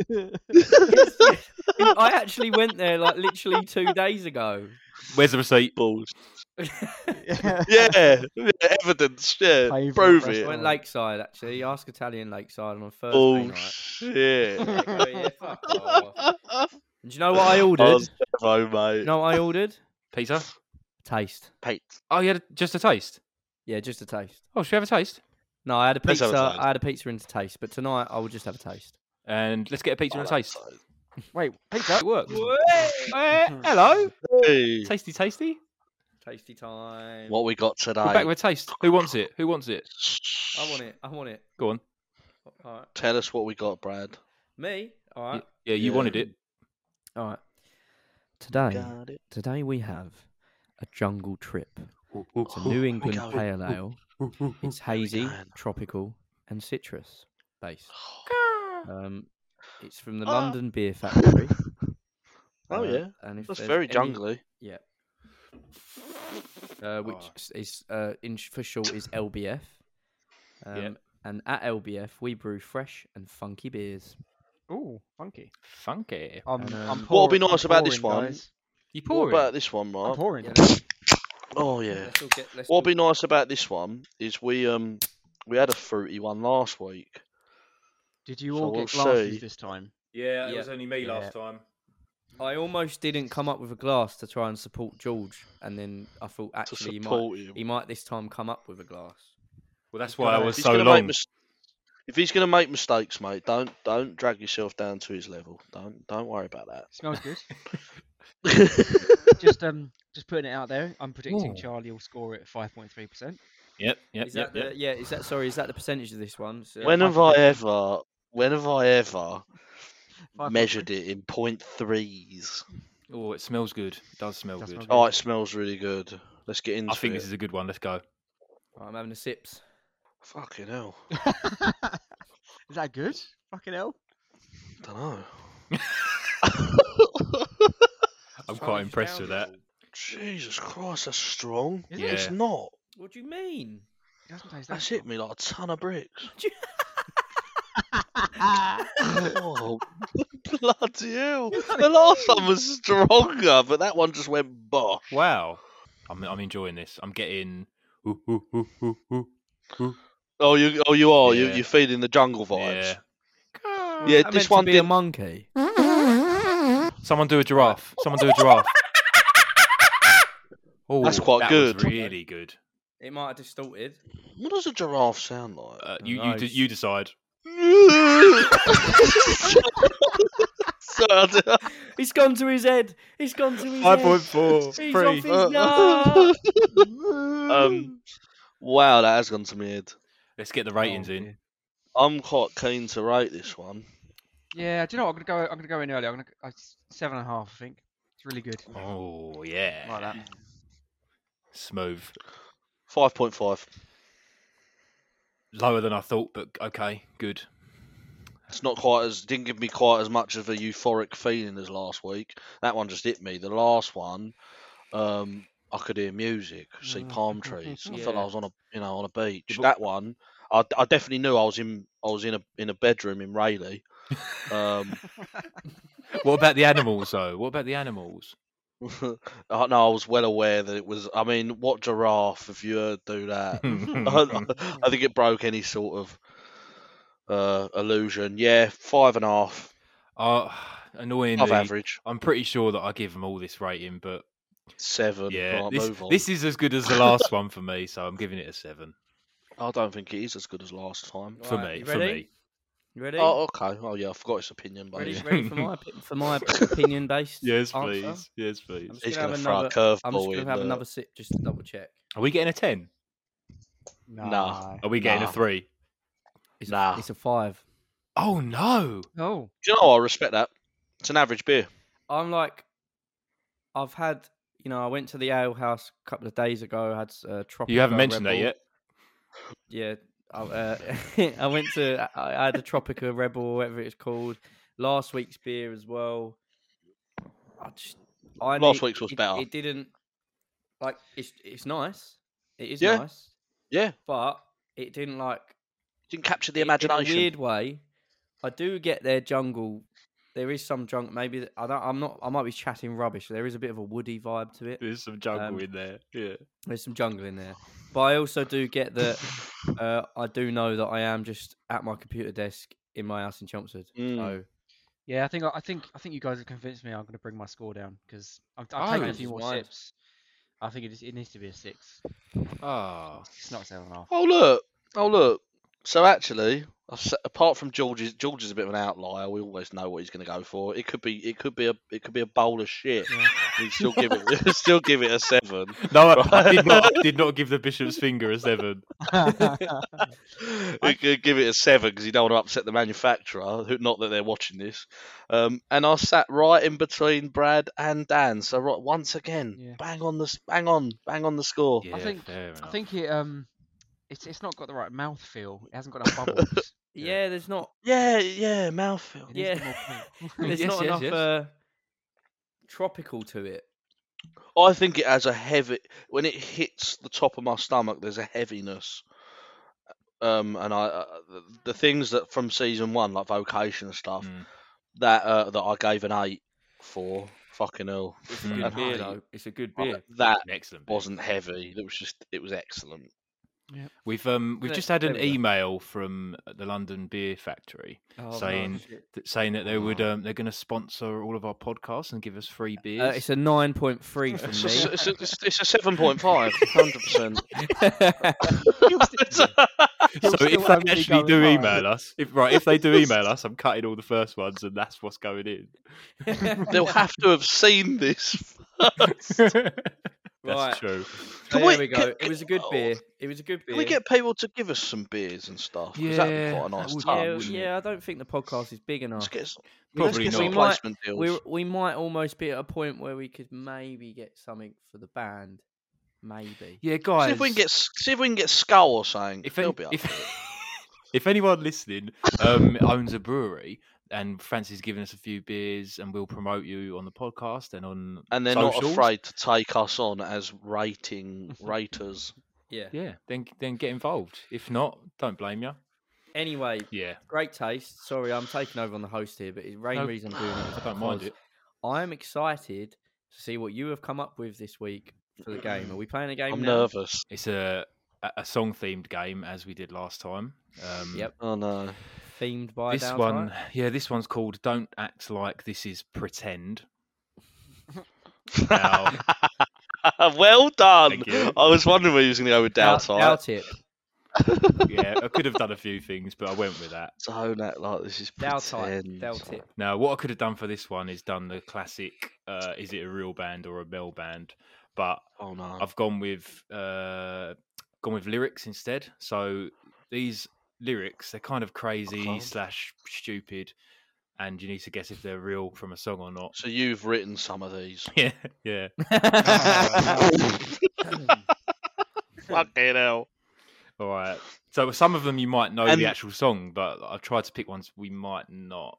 S3: I actually went there like literally two days ago.
S1: Where's the receipt?
S2: Balls.
S4: Yeah.
S2: Yeah. yeah, Evidence. Yeah.
S4: Favourite
S2: Prove
S4: restaurant.
S2: it.
S3: Went lakeside actually. Ask Italian lakeside on a Thursday
S2: Oh,
S3: night.
S2: Bullshit.
S3: Yeah, go, yeah, fuck off. And Do you know what I ordered?
S2: I was so,
S3: You
S2: mate.
S3: know what I ordered?
S1: Pizza?
S3: Taste.
S2: Pete.
S1: Oh, you had a- just a taste.
S3: Yeah, just a taste.
S1: Oh, should we have a taste?
S3: No, I had a
S2: Let's have
S3: pizza.
S2: a taste.
S3: I had a pizza into taste, but tonight I will just have a taste.
S1: And let's get a pizza and a taste.
S4: Wait, pizza.
S1: It worked.
S3: Eh, hello.
S2: Hey.
S1: Tasty, tasty.
S3: Tasty time.
S2: What we got
S1: We're back
S2: today?
S1: with a taste. Who wants it? Who wants it?
S3: I want it. I want it.
S1: Go on.
S3: All right.
S2: Tell us what we got, Brad.
S3: Me. All right.
S1: Yeah, you
S2: Yeah.
S1: wanted it.
S3: All right. Today,
S2: Got it.
S3: today we have a jungle trip. It's a
S2: ooh,
S3: New
S2: ooh,
S3: England
S2: ooh,
S3: pale ale. It's
S2: Oh
S3: hazy,
S2: going.
S3: tropical, and citrus based.
S2: Oh,
S3: Um, it's from the
S2: Ah.
S3: London Beer Factory. uh,
S2: Oh, yeah.
S3: and if
S2: That's
S3: there's
S2: very
S3: any-
S2: jungly.
S3: Yeah. Uh, which
S1: Oh.
S3: s- is uh, in sh- for short is LBF. Um,
S1: Yeah.
S3: And at LBF, we brew fresh and funky beers.
S4: Ooh, funky.
S1: Funky.
S4: I'm,
S3: And,
S4: I'm
S3: um,
S2: What'll be
S4: pouring- I'm
S2: nice about this
S4: pouring,
S2: one?
S4: guys.
S1: You
S2: What
S1: pour it.
S2: about this one,
S4: I'm
S2: Mark?
S4: pouring.
S3: Yeah,
S2: Oh, yeah.
S3: Let's all get, let's all
S2: What'll be nice about this one is we um we had a fruity one last week.
S4: Did you
S2: So
S4: all
S2: we'll
S4: get glasses
S2: see.
S4: this time?
S1: Yeah,
S3: it was
S1: only me
S4: last
S1: time.
S3: I almost didn't come up with a glass to try and support George, and then I thought
S2: To
S3: actually he might,
S2: support him.
S3: he might this time come up with a glass.
S1: Well, that's
S4: He's
S1: why I
S4: gonna-
S1: was
S2: He's
S1: so
S2: gonna make
S1: long.
S2: mis- if he's gonna make mistakes, mate, don't don't drag yourself down to his level. Don't don't worry about
S4: Smells good.
S2: that.
S4: just um, just putting it out there. I'm predicting
S1: Ooh.
S4: Charlie will score it at 5.3 percent.
S1: Yep, yep,
S3: is
S1: yep,
S3: that
S1: yep.
S3: the, yeah? Is that sorry? Is that the percentage of this one? So
S2: when
S3: I
S2: have I
S3: forget-
S2: ever when have I ever measured it in point threes?
S1: Oh, it smells good. It does smell
S4: Does
S1: good.
S4: smell
S2: Oh, it smells really good. Let's get into
S1: I think
S2: it.
S1: this is a good one. Let's go.
S3: Right, I'm having a sips.
S2: Fucking hell.
S4: is that good? Fucking hell.
S2: Dunno.
S1: quite impressed with that.
S2: Jesus Christ, that's strong.
S1: Is it?
S2: It's
S1: Yeah.
S2: not.
S3: What do you mean?
S4: It doesn't taste that
S2: That's hit me like a ton of bricks.
S4: strong.
S2: Oh, bloody hell. The last one was stronger, but that one just went bosh.
S1: Wow, I'm I'm enjoying this. I'm getting. Ooh, ooh, ooh, ooh, ooh.
S2: Oh, you oh you are.
S1: Yeah.
S2: You, you're feeding the jungle
S1: Yeah.
S2: vibes.
S3: That
S2: Yeah,
S3: meant
S2: this
S3: to
S2: one
S3: be
S2: did.
S3: a monkey.
S1: Someone do a giraffe. Someone do a giraffe. Oh,
S2: That's quite
S1: that was
S2: good.
S1: really good.
S3: It might have distorted.
S2: What does a giraffe sound like?
S1: Uh, you you,
S3: Nice.
S1: de- you decide.
S2: So I d-
S3: He's gone to his head. He's gone to his
S1: Five
S3: head.
S1: point four.
S3: He's off
S1: Three.
S3: his nut.
S2: um, wow, that has gone to me. Ed.
S1: Let's get the ratings
S4: Oh,
S1: in.
S4: dear.
S2: I'm quite keen to rate this one.
S4: Yeah, do you know what? I'm gonna go. I'm gonna go in early. I'm gonna go, uh, seven and a half. I think it's really good.
S1: Oh yeah.
S4: Like that.
S1: Smooth.
S2: Five point five.
S1: Lower than I thought, but okay, good.
S2: It's not quite as didn't give me quite as much of a euphoric feeling as last week. That one just hit me. The last one, um, I could hear music, see palm trees. I felt
S3: Yeah.
S2: I was on a you know on a beach.
S1: but-
S2: That one, I, I definitely knew I was in I was in a in a bedroom in Rayleigh. Um,
S1: What about the animals though? What about the animals?
S2: I no, I was well aware that it was. I mean, what giraffe have you heard do that? I, I think it broke any sort of uh, illusion. Yeah, five and a half
S1: uh,
S2: of
S1: annoyingly,
S2: average.
S1: I'm pretty sure that I give them all this rating, but
S2: Seven.
S1: yeah,
S2: right,
S1: this,
S2: move on.
S1: this is as good as the last one for me, so I'm giving it a seven
S2: I don't think it is as good as last time.
S1: for
S3: Right,
S1: me.
S3: you
S1: For
S3: ready?
S1: me,
S3: You ready?
S2: Oh, okay. Oh, yeah, I forgot his opinion, but
S3: ready,
S2: yeah.
S1: yeah.
S3: ready for my opi- for my opinion based.
S1: yes,
S3: answer?
S1: please, yes, please.
S3: I'm just
S2: he's
S3: gonna have
S2: going to throw
S3: another.
S2: a curveball
S3: I'm just
S2: in.
S3: gonna have
S2: uh,
S3: another sip just to double check.
S1: Are we getting a ten?
S2: Nah.
S1: Are we getting
S2: Nah.
S1: a three?
S3: It's,
S2: Nah.
S3: a, it's a five.
S1: Oh no!
S4: Oh,
S2: Do you know? what? I respect that. It's an average beer.
S3: I'm like, I've had, you know, I went to the ale house a couple of days ago. I had uh, tropical.
S1: You haven't mentioned
S3: Rebel.
S1: that yet.
S3: Yeah, I, uh, I went to. I I had a Tropica Rebel, whatever it's called, last week's beer as well. I just, I
S2: Last week's was
S3: it-
S2: better.
S3: It didn't like it's it's nice. It is
S2: Yeah.
S3: nice,
S2: Yeah,
S3: but it didn't like
S2: didn't capture the
S3: in-
S2: imagination.
S3: In a weird way, I do get their jungle. There is some junk. Maybe th- I don't. I'm not. I might be chatting rubbish. There is a bit of a woody vibe to it.
S1: There's some jungle
S3: Um,
S1: in there. Yeah.
S3: There's some jungle in there, but I also do get that. Uh, I do know that I am just at my computer desk in my house in Chelmsford.
S2: Mm.
S3: So
S4: yeah. I think I think I think you guys have convinced me. I'm gonna bring my score down because I've, I've
S1: Oh,
S4: taken a
S1: this
S4: few
S3: is
S4: more
S3: wide.
S4: sips. I think it, is, it needs to be a six.
S1: Oh.
S4: It's not a seven and a half.
S2: Oh look! Oh look! So actually, I've s- apart from George's, George is a bit of an outlier. We always know what he's going to go for. It could be, it could be a, it could be a bowl of shit.
S4: Yeah.
S2: We'd still give it, we'd still give it a seven.
S1: No, I, I did not. I did not give the bishop's finger a seven.
S2: we could give it a seven because you don't want to upset the manufacturer. Who, not that they're watching this. Um, and I sat right in between Brad and Dan. So right, once again,
S4: Yeah.
S2: bang on the, s- bang on, bang on the score.
S1: Yeah,
S4: think-
S1: fair
S4: I
S1: enough.
S4: think it um, it's it's not got the right mouth feel. It hasn't got enough bubbles.
S3: yeah, there's not.
S2: Yeah, yeah, mouthfeel.
S4: It needs to be
S3: Yeah.
S4: more clean.
S3: There's
S1: Yes,
S3: not
S1: yes,
S3: enough
S1: yes.
S3: Uh, tropical to it.
S2: I think it has a heavy when it hits the top of my stomach. There's a heaviness, um, and I uh, the, the things that from season one, like vocation and stuff,
S1: Mm.
S2: that uh, that I gave an eight for. Fucking hell,
S3: It's a
S1: Mm.
S3: good beer
S2: Right.
S3: though. It's a
S2: Oh,
S3: good beer.
S2: that
S1: Excellent. beer.
S2: wasn't heavy. It was just it was excellent.
S1: We've um we've
S3: There-
S1: just had
S3: there
S1: an
S3: we go.
S1: email from the London Beer Factory
S3: Oh,
S1: Saying-
S3: shit.
S1: that, saying that they would
S2: Oh.
S1: um they're going to sponsor all of our podcasts and give us free beers.
S3: Uh, it's a nine point three from
S2: It's
S3: me.
S2: a, it's a, it's a- it's a seven point five, hundred percent.
S4: You're still-
S1: so
S4: still
S1: if they
S4: only
S1: actually
S4: going
S1: do
S4: high.
S1: email us, if right if they do email us, I'm cutting all the first ones and that's what's going in.
S2: They'll have to have seen this.
S1: that's
S3: Right.
S1: true.
S3: So
S2: Can we-
S3: there we go.
S2: can-
S3: It was a good
S2: oh.
S3: beer. It was a good beer.
S2: Can we get people to give us some beers and stuff? Because that'd be
S1: Yeah,
S2: quite a
S1: that
S2: nice
S1: would be
S2: touch.
S3: yeah,
S1: wouldn't it?
S3: yeah, I don't think the podcast is big enough.
S2: Let's get some, let's
S1: Probably
S2: get
S1: not.
S2: some
S3: We might-
S2: placement deals.
S3: we we might almost be at a point where we could maybe get something for the band, maybe.
S1: Yeah, guys.
S2: See if we can get s- see if we can get skull or something.
S1: if,
S2: They'll
S1: any-
S2: be up.
S1: if, if anyone listening um, owns a brewery, and Francis giving us a few beers, and we'll promote you on the podcast and on
S2: and they're not
S1: socials.
S2: afraid to take us on as writing writers.
S3: Yeah.
S1: Yeah, then then get involved. If not, don't blame you.
S3: Anyway,
S1: Yeah,
S3: great taste. Sorry, I'm taking over on the host here, but the main
S1: No,
S3: reason I'm doing it is
S1: I don't mind
S3: because
S1: it.
S3: I'm excited to see what you have come up with this week for the game. Are we playing a game
S2: I'm
S3: now?
S2: nervous.
S1: It's a a- a song themed game as we did last time. Um,
S3: Yep.
S2: Oh no.
S3: Themed by
S1: This
S3: Downright?
S1: one, yeah, this one's called "Don't Act Like This Is Pretend." Now-
S2: well done.
S1: Thank you.
S2: I was wondering where you was going to go with
S3: Doubt,
S2: Dowtide.
S3: doubt it.
S1: yeah, I could have done a few things, but I went with that.
S2: Don't act like this is
S3: Dowtide.
S2: pretend.
S3: Doubt it.
S1: Now, what I could have done for this one is done the classic: uh, is it a real band or a male band? But
S2: Oh no.
S1: I've gone with uh, gone with lyrics instead. So these lyrics, they're kind of crazy
S2: can't.
S1: slash stupid, and you need to guess if they're real from a song or not.
S2: So you've written some of these.
S1: Yeah, yeah.
S2: Fucking hell.
S1: All right. So some of them you might know
S2: And-
S1: the actual song, but I've tried to pick ones we might not.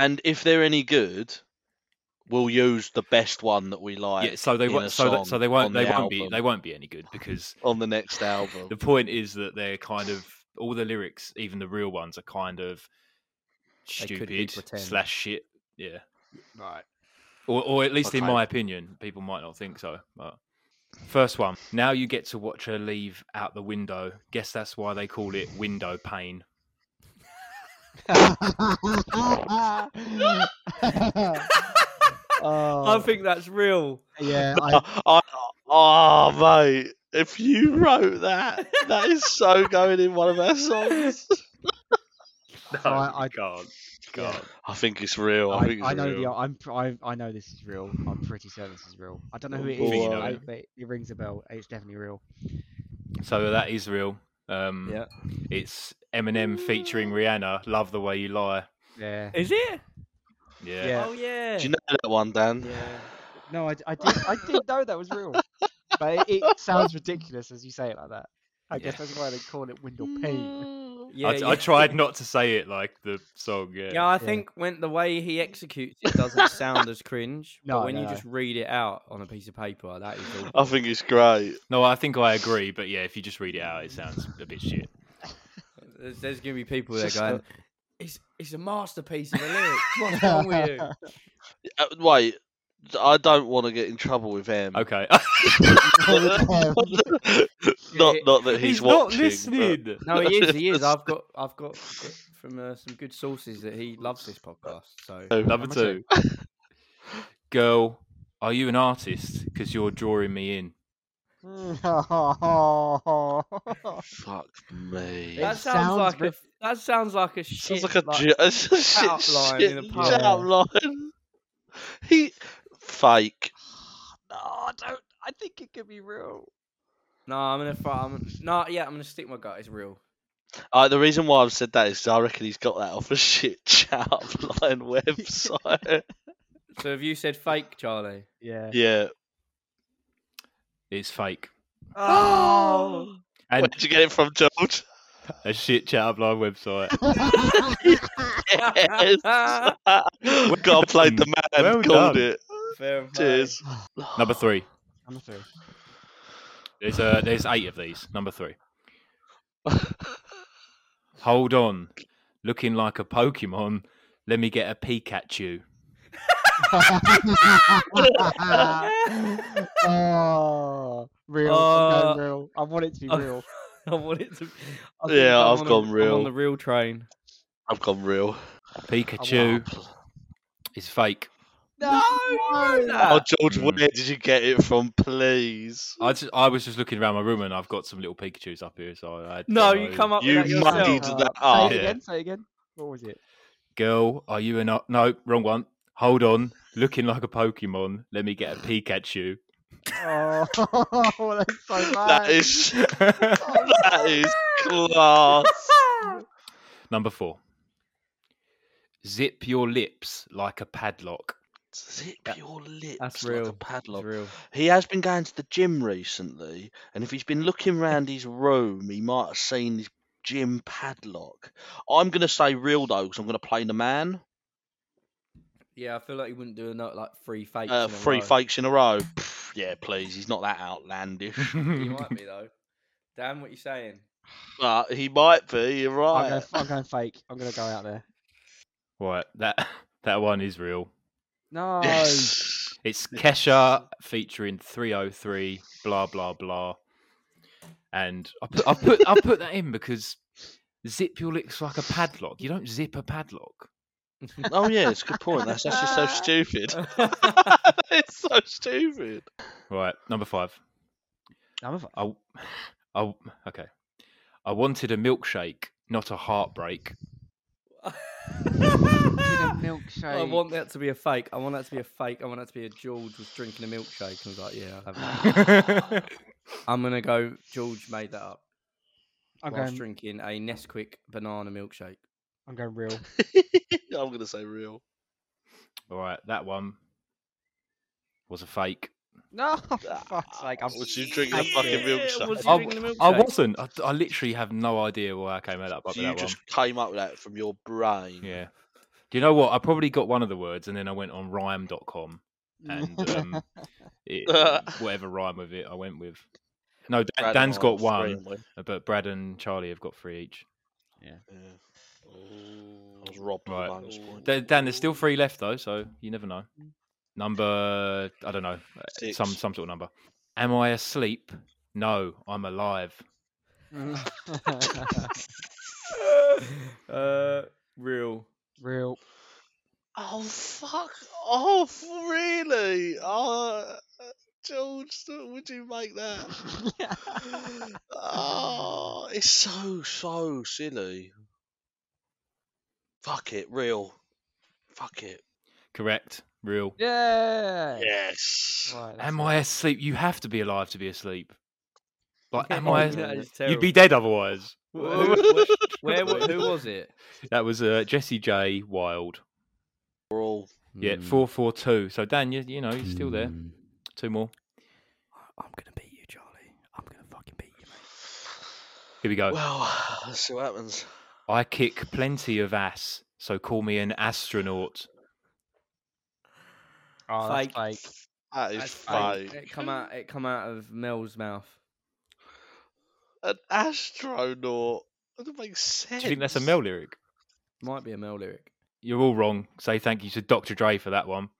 S2: And if they're any good, we'll use the best one that we like
S1: Yeah. So they
S2: in a
S1: won't. So, that, so
S2: song
S1: they won't.
S2: on
S1: They
S2: the
S1: won't be.
S2: album.
S1: They won't be any good because
S2: on the next album.
S1: the point is that they're kind of all the lyrics, even the real ones, are kind of
S3: They could
S1: stupid
S3: be pretend.
S1: slash shit. Yeah.
S4: Right.
S1: Or, or at least in
S2: Okay.
S1: my opinion, people might not think so. But first one. Now you get to watch her leave out the window. Guess that's why they call it window pane.
S4: Oh.
S3: I think that's real.
S4: yeah, I,
S2: I, I, oh, mate. If you wrote that, that is so going in one of our songs.
S1: No,
S4: I- I-
S1: can't.
S4: yeah.
S1: Can't.
S2: I think it's real. I,
S4: I,
S2: think it's
S4: I know
S2: real.
S4: the. I'm. pr- I, I know this is real. I'm pretty sure this is real. I don't know who it
S1: You
S4: is,
S1: think you
S4: but
S1: know
S4: I-
S1: it?
S4: but it rings a bell. It's definitely real.
S1: So that is real. Um,
S3: Yeah.
S1: It's Eminem featuring Rihanna. Love the way you lie.
S4: Yeah.
S3: Is it?
S1: Yeah.
S4: Yeah.
S3: Oh yeah.
S2: Do you know that one, Dan?
S3: Yeah.
S4: No, I, I did. I did know that was real, but it, it sounds ridiculous as you say it like that. I guess
S1: Yeah.
S4: that's why they call it window
S2: Mm.
S4: pane.
S3: Yeah,
S1: I,
S3: yeah.
S1: I tried not to say it like the song. Yeah.
S3: Yeah, I
S4: Yeah.
S3: think when the way he executes it doesn't sound as cringe.
S4: No,
S3: but when you
S4: no.
S3: just read it out on a piece of paper, that is all.
S2: I think it's great.
S1: No, I think I agree. But yeah, if you just read it out, it sounds a bit shit.
S3: There's, there's gonna be people
S2: It's
S3: there
S2: just
S3: going,
S2: a-
S3: "It's it's a masterpiece of a lyric. What's wrong with you?"
S2: Uh, wait, I don't want to get in trouble with him.
S1: Okay.
S2: not, not that he's,
S1: not
S2: watching. but-
S1: listening.
S3: No, he is. He is. I've got I've got from uh, some good sources that he loves this podcast. So
S1: Number
S4: Number two.
S1: two. Girl, are you an artist? Because you're drawing me in.
S2: Oh, Fuck me.
S3: that sounds,
S4: It sounds
S3: like
S4: re-
S3: a that sounds like a shit.
S2: Sounds like a ju- it's a shit,
S3: outline in a
S2: shit
S3: poem.
S2: outline. He fake.
S4: no, I don't. I think it could be real.
S3: no, I'm gonna. fi- I'm, no, yeah, I'm gonna stick my gut. It's real.
S2: Uh, the reason why I've said that is 'cause I reckon he's got that off a shit chat outline website.
S3: So have you said fake, Charlie?
S4: Yeah.
S2: yeah.
S1: It's fake.
S4: Oh.
S1: And-
S2: Where'd you get it from, George?
S1: A shit chat upline website.
S2: Yes. God played the man.
S1: Well
S2: called
S1: done.
S2: it.
S3: Fair play.
S2: Cheers.
S1: Number three.
S4: Number three.
S1: There's uh, there's eight of these. Number three. Hold on. Looking like a Pokemon. Let me get a Pikachu.
S4: oh, real.
S3: Uh,
S4: no, real. I want it to be
S3: oh.
S4: real.
S3: I wanted to. I think
S2: Yeah,
S3: I'm
S2: I've
S3: on a-
S2: gone
S3: I'm
S2: real.
S3: on the real train.
S2: I've gone real.
S3: Oh,
S1: Pikachu is fake.
S3: No, you know
S2: Oh,
S3: that.
S2: George,
S1: Mm.
S2: where did you get it from, please?
S1: I, just, I was just looking around my room and I've got some little Pikachu's up here. So I had
S3: No,
S1: to
S3: Oh, you
S1: know.
S3: come up
S2: You
S3: with that yourself.
S2: muddied-
S4: Uh,
S2: that
S4: Say
S1: up.
S4: it again. Say it again. What was it?
S1: Girl, are you an ar- no wrong one? Hold on. Looking like a Pokemon. Let me get a Pikachu.
S4: Oh, that's so bad.
S2: That is that is class.
S1: Number four. Zip your lips like a padlock.
S2: Zip
S3: That-
S2: your lips
S3: that's
S2: like
S3: real.
S2: a
S3: It's
S2: padlock.
S3: real.
S2: He has been going to the gym recently, and if he's been looking round his room, he might have seen this Jim Padlock. I'm gonna say Rildo because I'm gonna play the man.
S3: Yeah, I feel like he wouldn't do another like three fakes.
S2: Uh,
S3: in a
S2: three
S3: row.
S2: fakes in a row. Pff, yeah, please. He's not that outlandish,
S3: He might be though. Dan, what you saying?
S2: but he might be. You're
S4: I'm,
S2: right.
S4: going, I'm going fake. I'm going to go out there.
S1: right, that that one is real.
S4: No.
S2: Yes.
S1: It's Kesha featuring 303, blah blah blah. And I put I put I put that in because zip your lips like a padlock. You don't zip a padlock.
S2: Oh yeah, it's a good point. That's, that's just so stupid. it's so stupid.
S1: Right, number five.
S4: I'm a,
S1: I, w- I w- okay. I wanted a milkshake, not a heartbreak.
S4: I
S3: I
S4: need a milkshake.
S3: want that to be a fake. I want that to be a fake. I want that to be a George was drinking a milkshake. I was like, yeah, I'll have that. I'm gonna go. George made that up.
S4: I'm
S3: whilst
S4: going,
S3: drinking a Nesquik banana milkshake.
S4: I'm going real.
S2: I'm gonna say real.
S1: All right, that one was a fake.
S4: No, for fuck's sake. I'm
S2: Was you drinking a
S4: hating
S2: fucking
S4: it.
S2: milkshake?
S3: was he
S1: I,
S3: drinking a
S1: I
S3: milkshake?
S1: wasn't. I, I literally have no idea why I came up with
S2: you
S1: that
S2: just came up with that from your brain.
S1: one. Yeah. Do you know what? I probably got one of the words, and then I went on rhyme.com and um, it, whatever rhyme with it, I went with. No, Dan,
S2: Brad
S1: Dan's
S2: and I
S1: got
S2: are three,
S1: one,
S2: aren't
S1: but Brad and Charlie have got three each.
S2: we? Yeah. I was robbed
S1: Right.
S2: of a bonus point.
S1: Dan, Dan, there's still three left though, so you never know. Number, I don't know, uh,
S2: Six.
S1: some some sort of number. Am I asleep? No, I'm alive.
S3: uh, real.
S4: real.
S2: Oh fuck off! Really? Oh, George, would you make that? oh, it's so so silly. Fuck it, real. Fuck it.
S1: Correct, real.
S4: yeah.
S2: Yes.
S4: Right, that's
S1: Am
S4: it.
S1: I asleep? You have to be alive to be asleep. Like, am
S3: Oh,
S1: I?
S3: that is
S1: You'd be
S3: terrible.
S1: dead otherwise.
S3: Wh- wh- Where? wh- Who was it?
S1: That was uh, Jesse J. Wild.
S2: We're all.
S1: Yeah,
S3: Hmm.
S1: four four two. So Dan, you you know you're still there. Two more.
S3: I'm gonna beat you, Charlie. I'm gonna fucking beat you.
S1: Here we go.
S2: Well, let's see what happens.
S1: I kick plenty of ass, so call me an astronaut.
S4: Oh, that's
S3: Fake.
S4: fake.
S2: That is
S3: That's
S2: fake.
S3: It come out. It come out of Mel's mouth.
S2: An astronaut. That doesn't make
S1: Do
S2: sense.
S1: you think that's a Mel lyric?
S3: Might be a Mel lyric.
S1: You're all wrong. Say thank you to Dr. Dre for that one.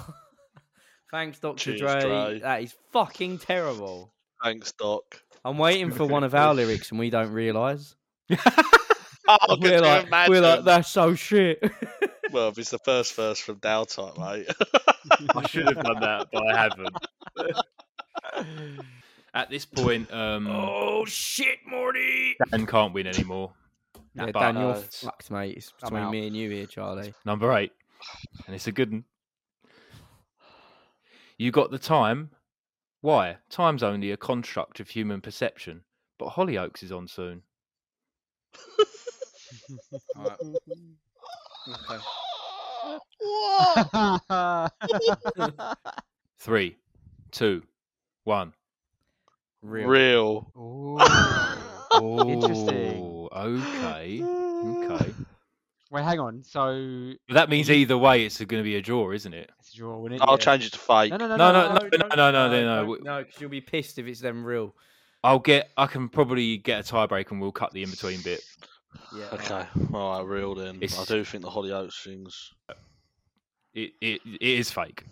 S3: Thanks, Dr.
S2: Cheers,
S3: Dre.
S2: Dre.
S3: That is fucking terrible.
S2: Thanks, Doc.
S3: I'm waiting for one of our lyrics and we don't realise.
S2: Oh, could
S3: we're
S2: you
S3: like, we're like,
S2: imagine?
S3: that's so shit.
S2: Well, if it's the first verse from Dowtime, mate.
S1: I should have done that, but I haven't. At this point, um,
S3: oh shit, Morty.
S1: Dan can't win anymore.
S3: Yeah,
S1: But,
S3: Dan, you're
S2: uh,
S3: fucked, mate. It's
S4: I'm
S3: between
S4: out.
S3: me and you here, Charlie.
S1: Number eight. And it's a good one. You got the time. Why? Time's only a construct of human perception. But Hollyoaks is on soon.
S3: Alright. Okay.
S2: what?
S1: Three, two, one.
S3: Real.
S2: Real.
S4: Ooh.
S1: Oh,
S4: Interesting.
S1: Okay. Okay.
S4: Wait, hang on. So it's
S1: But that means either way, it's going to be a draw, isn't it?
S4: a draw, isn't it?
S2: I'll
S4: Yeah.
S2: change it to fake.
S4: No, no, no,
S1: No,
S4: no,
S1: no, no, no, no, no, no,
S3: no,
S1: no.
S3: no, because you'll be pissed if it's them real.
S1: I'll get. I can probably get a tiebreak, and we'll cut the in between bit.
S3: Yeah.
S2: Okay, all right, real then. I
S1: It's-
S2: do think the Hollyoaks thing's.
S1: It, it, it is fake,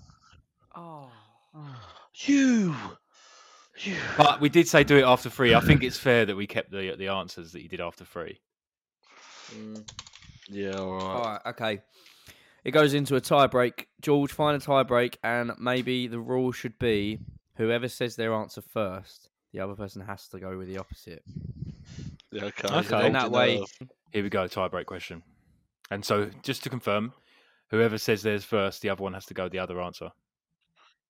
S3: Oh.
S2: You, you.
S1: but we did say do it after three. I think it's fair that we kept the the answers that you did after three.
S2: Yeah, all
S3: Mm.
S2: right.
S3: All right. Okay. It goes into a tiebreak. George, find a tiebreak, and maybe the rule should be whoever says their answer first, the other person has to go with the opposite.
S2: Yeah, okay. uh,
S1: Okay.
S2: you're
S1: In
S3: that
S2: old
S3: way-
S2: enough.
S1: Here we go, tiebreak question. And so, just to confirm, whoever says theirs first, the other one has to go with the other answer.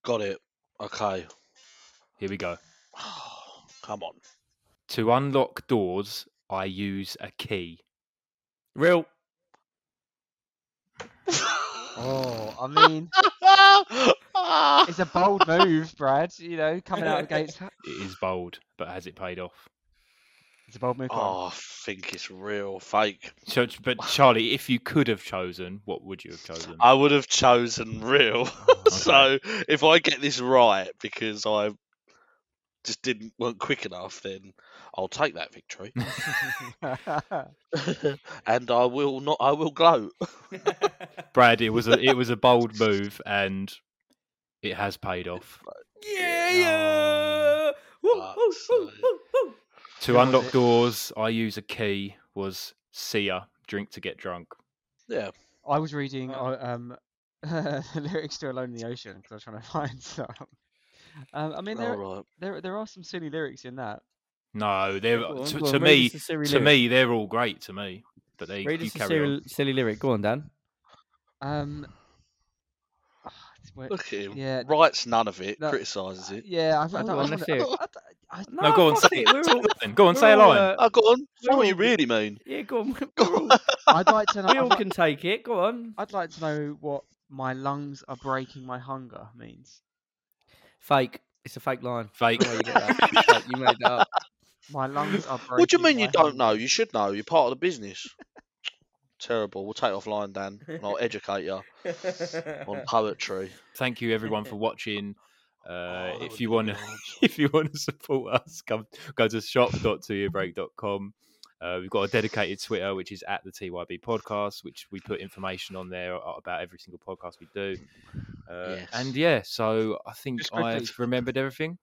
S2: Got it. Okay.
S1: Here we go.
S2: Come on.
S1: To unlock doors, I use a key.
S3: Real.
S4: Oh, I mean, it's a bold move, Brad. You know, coming out of the gates.
S1: It is bold, but has it paid off?
S4: It's a bold move. Colin.
S2: Oh, I think it's real fake.
S1: So, but Charlie, if you could have chosen, what would you have chosen?
S3: Um,
S2: I would have chosen real.
S4: Oh,
S2: so if I get this right because I just didn't weren't quick enough, then I'll take that victory, Oh. and I will not. I will gloat.
S1: Brad, it was a it was a bold move, and it has paid off.
S3: yeah, yeah. Woo,
S2: Fuck's
S3: woo, woo,
S2: sake.
S3: woo, woo.
S1: To unlock doors, I use a key. Was see ya, drink to get drunk.
S2: Yeah,
S4: I was reading
S3: Uh,
S4: uh, um, the lyrics to "Alone in the Ocean" because I was trying to find some. Um, I mean, there,
S2: all right.
S4: there there are some silly lyrics in that.
S1: No, they're
S3: Go on,
S1: to,
S3: go on,
S1: to
S3: read
S1: me
S3: us a silly
S1: to
S3: lyric.
S1: me they're all great to me. But they
S3: read
S1: you
S3: us a
S1: carry on.
S3: silly, silly lyric. Go on, Dan.
S4: Um, ah, it's where-
S2: Look at him.
S4: yeah,
S2: Writes none of it.
S4: No,
S2: Criticises it.
S4: yeah. I, I
S3: Go
S4: don't,
S3: on,
S4: I
S3: let's
S4: wanna-
S3: hear it.
S4: I don't- I-
S1: No, go on,
S3: Oh, fuck
S1: say
S3: it, we're all-
S1: Go on,
S3: we're
S1: say a
S3: all,
S1: line.
S3: uh,
S2: Oh, go on. Say what you
S3: Well-
S2: really mean.
S3: yeah, go on.
S2: Go
S3: we're all-
S2: on.
S4: I'd like to know.
S3: we
S4: I'd,
S3: all
S4: li-
S3: can take it. Go on.
S4: I'd like to know what my lungs are breaking my hunger means.
S3: Fake. It's a fake line.
S1: Fake.
S3: I know you got that. Fake, you made that up.
S4: My lungs are breaking.
S2: What do you mean you
S4: my
S2: don't know?
S4: hunger.
S2: You should know. You're part of the business. Terrible. We'll take it offline, Dan, and I'll educate you on poetry.
S1: Thank you everyone for watching. Uh,
S2: Oh,
S1: if you want to
S2: God.
S1: if you want to support us, come go to shop.twoyearbreak.com. Uh, we've got a dedicated Twitter, which is at the TYB podcast, which we put information on there a- about every single podcast we do. Uh,
S2: Yes.
S1: And yeah, so I think
S4: Just quickly-
S1: I've remembered everything.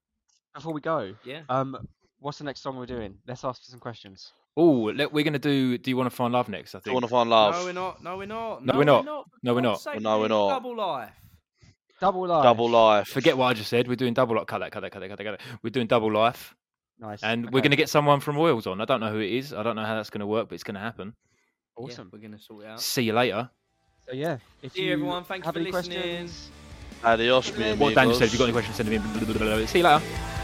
S4: Before we go,
S3: Yeah.
S4: um, what's the next song we're doing? Let's ask for some questions.
S1: Oh, we're going to do Do You Want to Find Love next? I
S2: Do
S1: think.
S2: you want to find
S3: No, we're
S2: love?
S3: not. No, we're
S1: Oh.
S3: not.
S1: No, we're not.
S3: for
S1: No, we're
S3: God's
S1: not.
S3: sake,
S2: No, we're
S3: dude,
S2: not.
S3: Double life.
S4: Double life.
S2: Double life.
S1: Forget what I just said. We're doing double life. Cut that, cut that, cut that, cut that, cut that. We're doing double life.
S4: Nice.
S1: And we're
S4: Okay,
S1: going to get someone from Royals on. I don't know who it is. I don't know how that's going to work, but it's going to happen.
S3: Yeah,
S4: awesome.
S3: we're gonna sort it out.
S1: See you later.
S4: So yeah, if
S3: See you,
S4: you
S3: everyone. Thank you
S4: have
S3: for
S4: any
S3: listening.
S4: questions,
S2: Adios,
S3: What
S2: mi
S1: What Daniel said, if
S2: amigos.
S1: you've got any questions, send them in. See you later.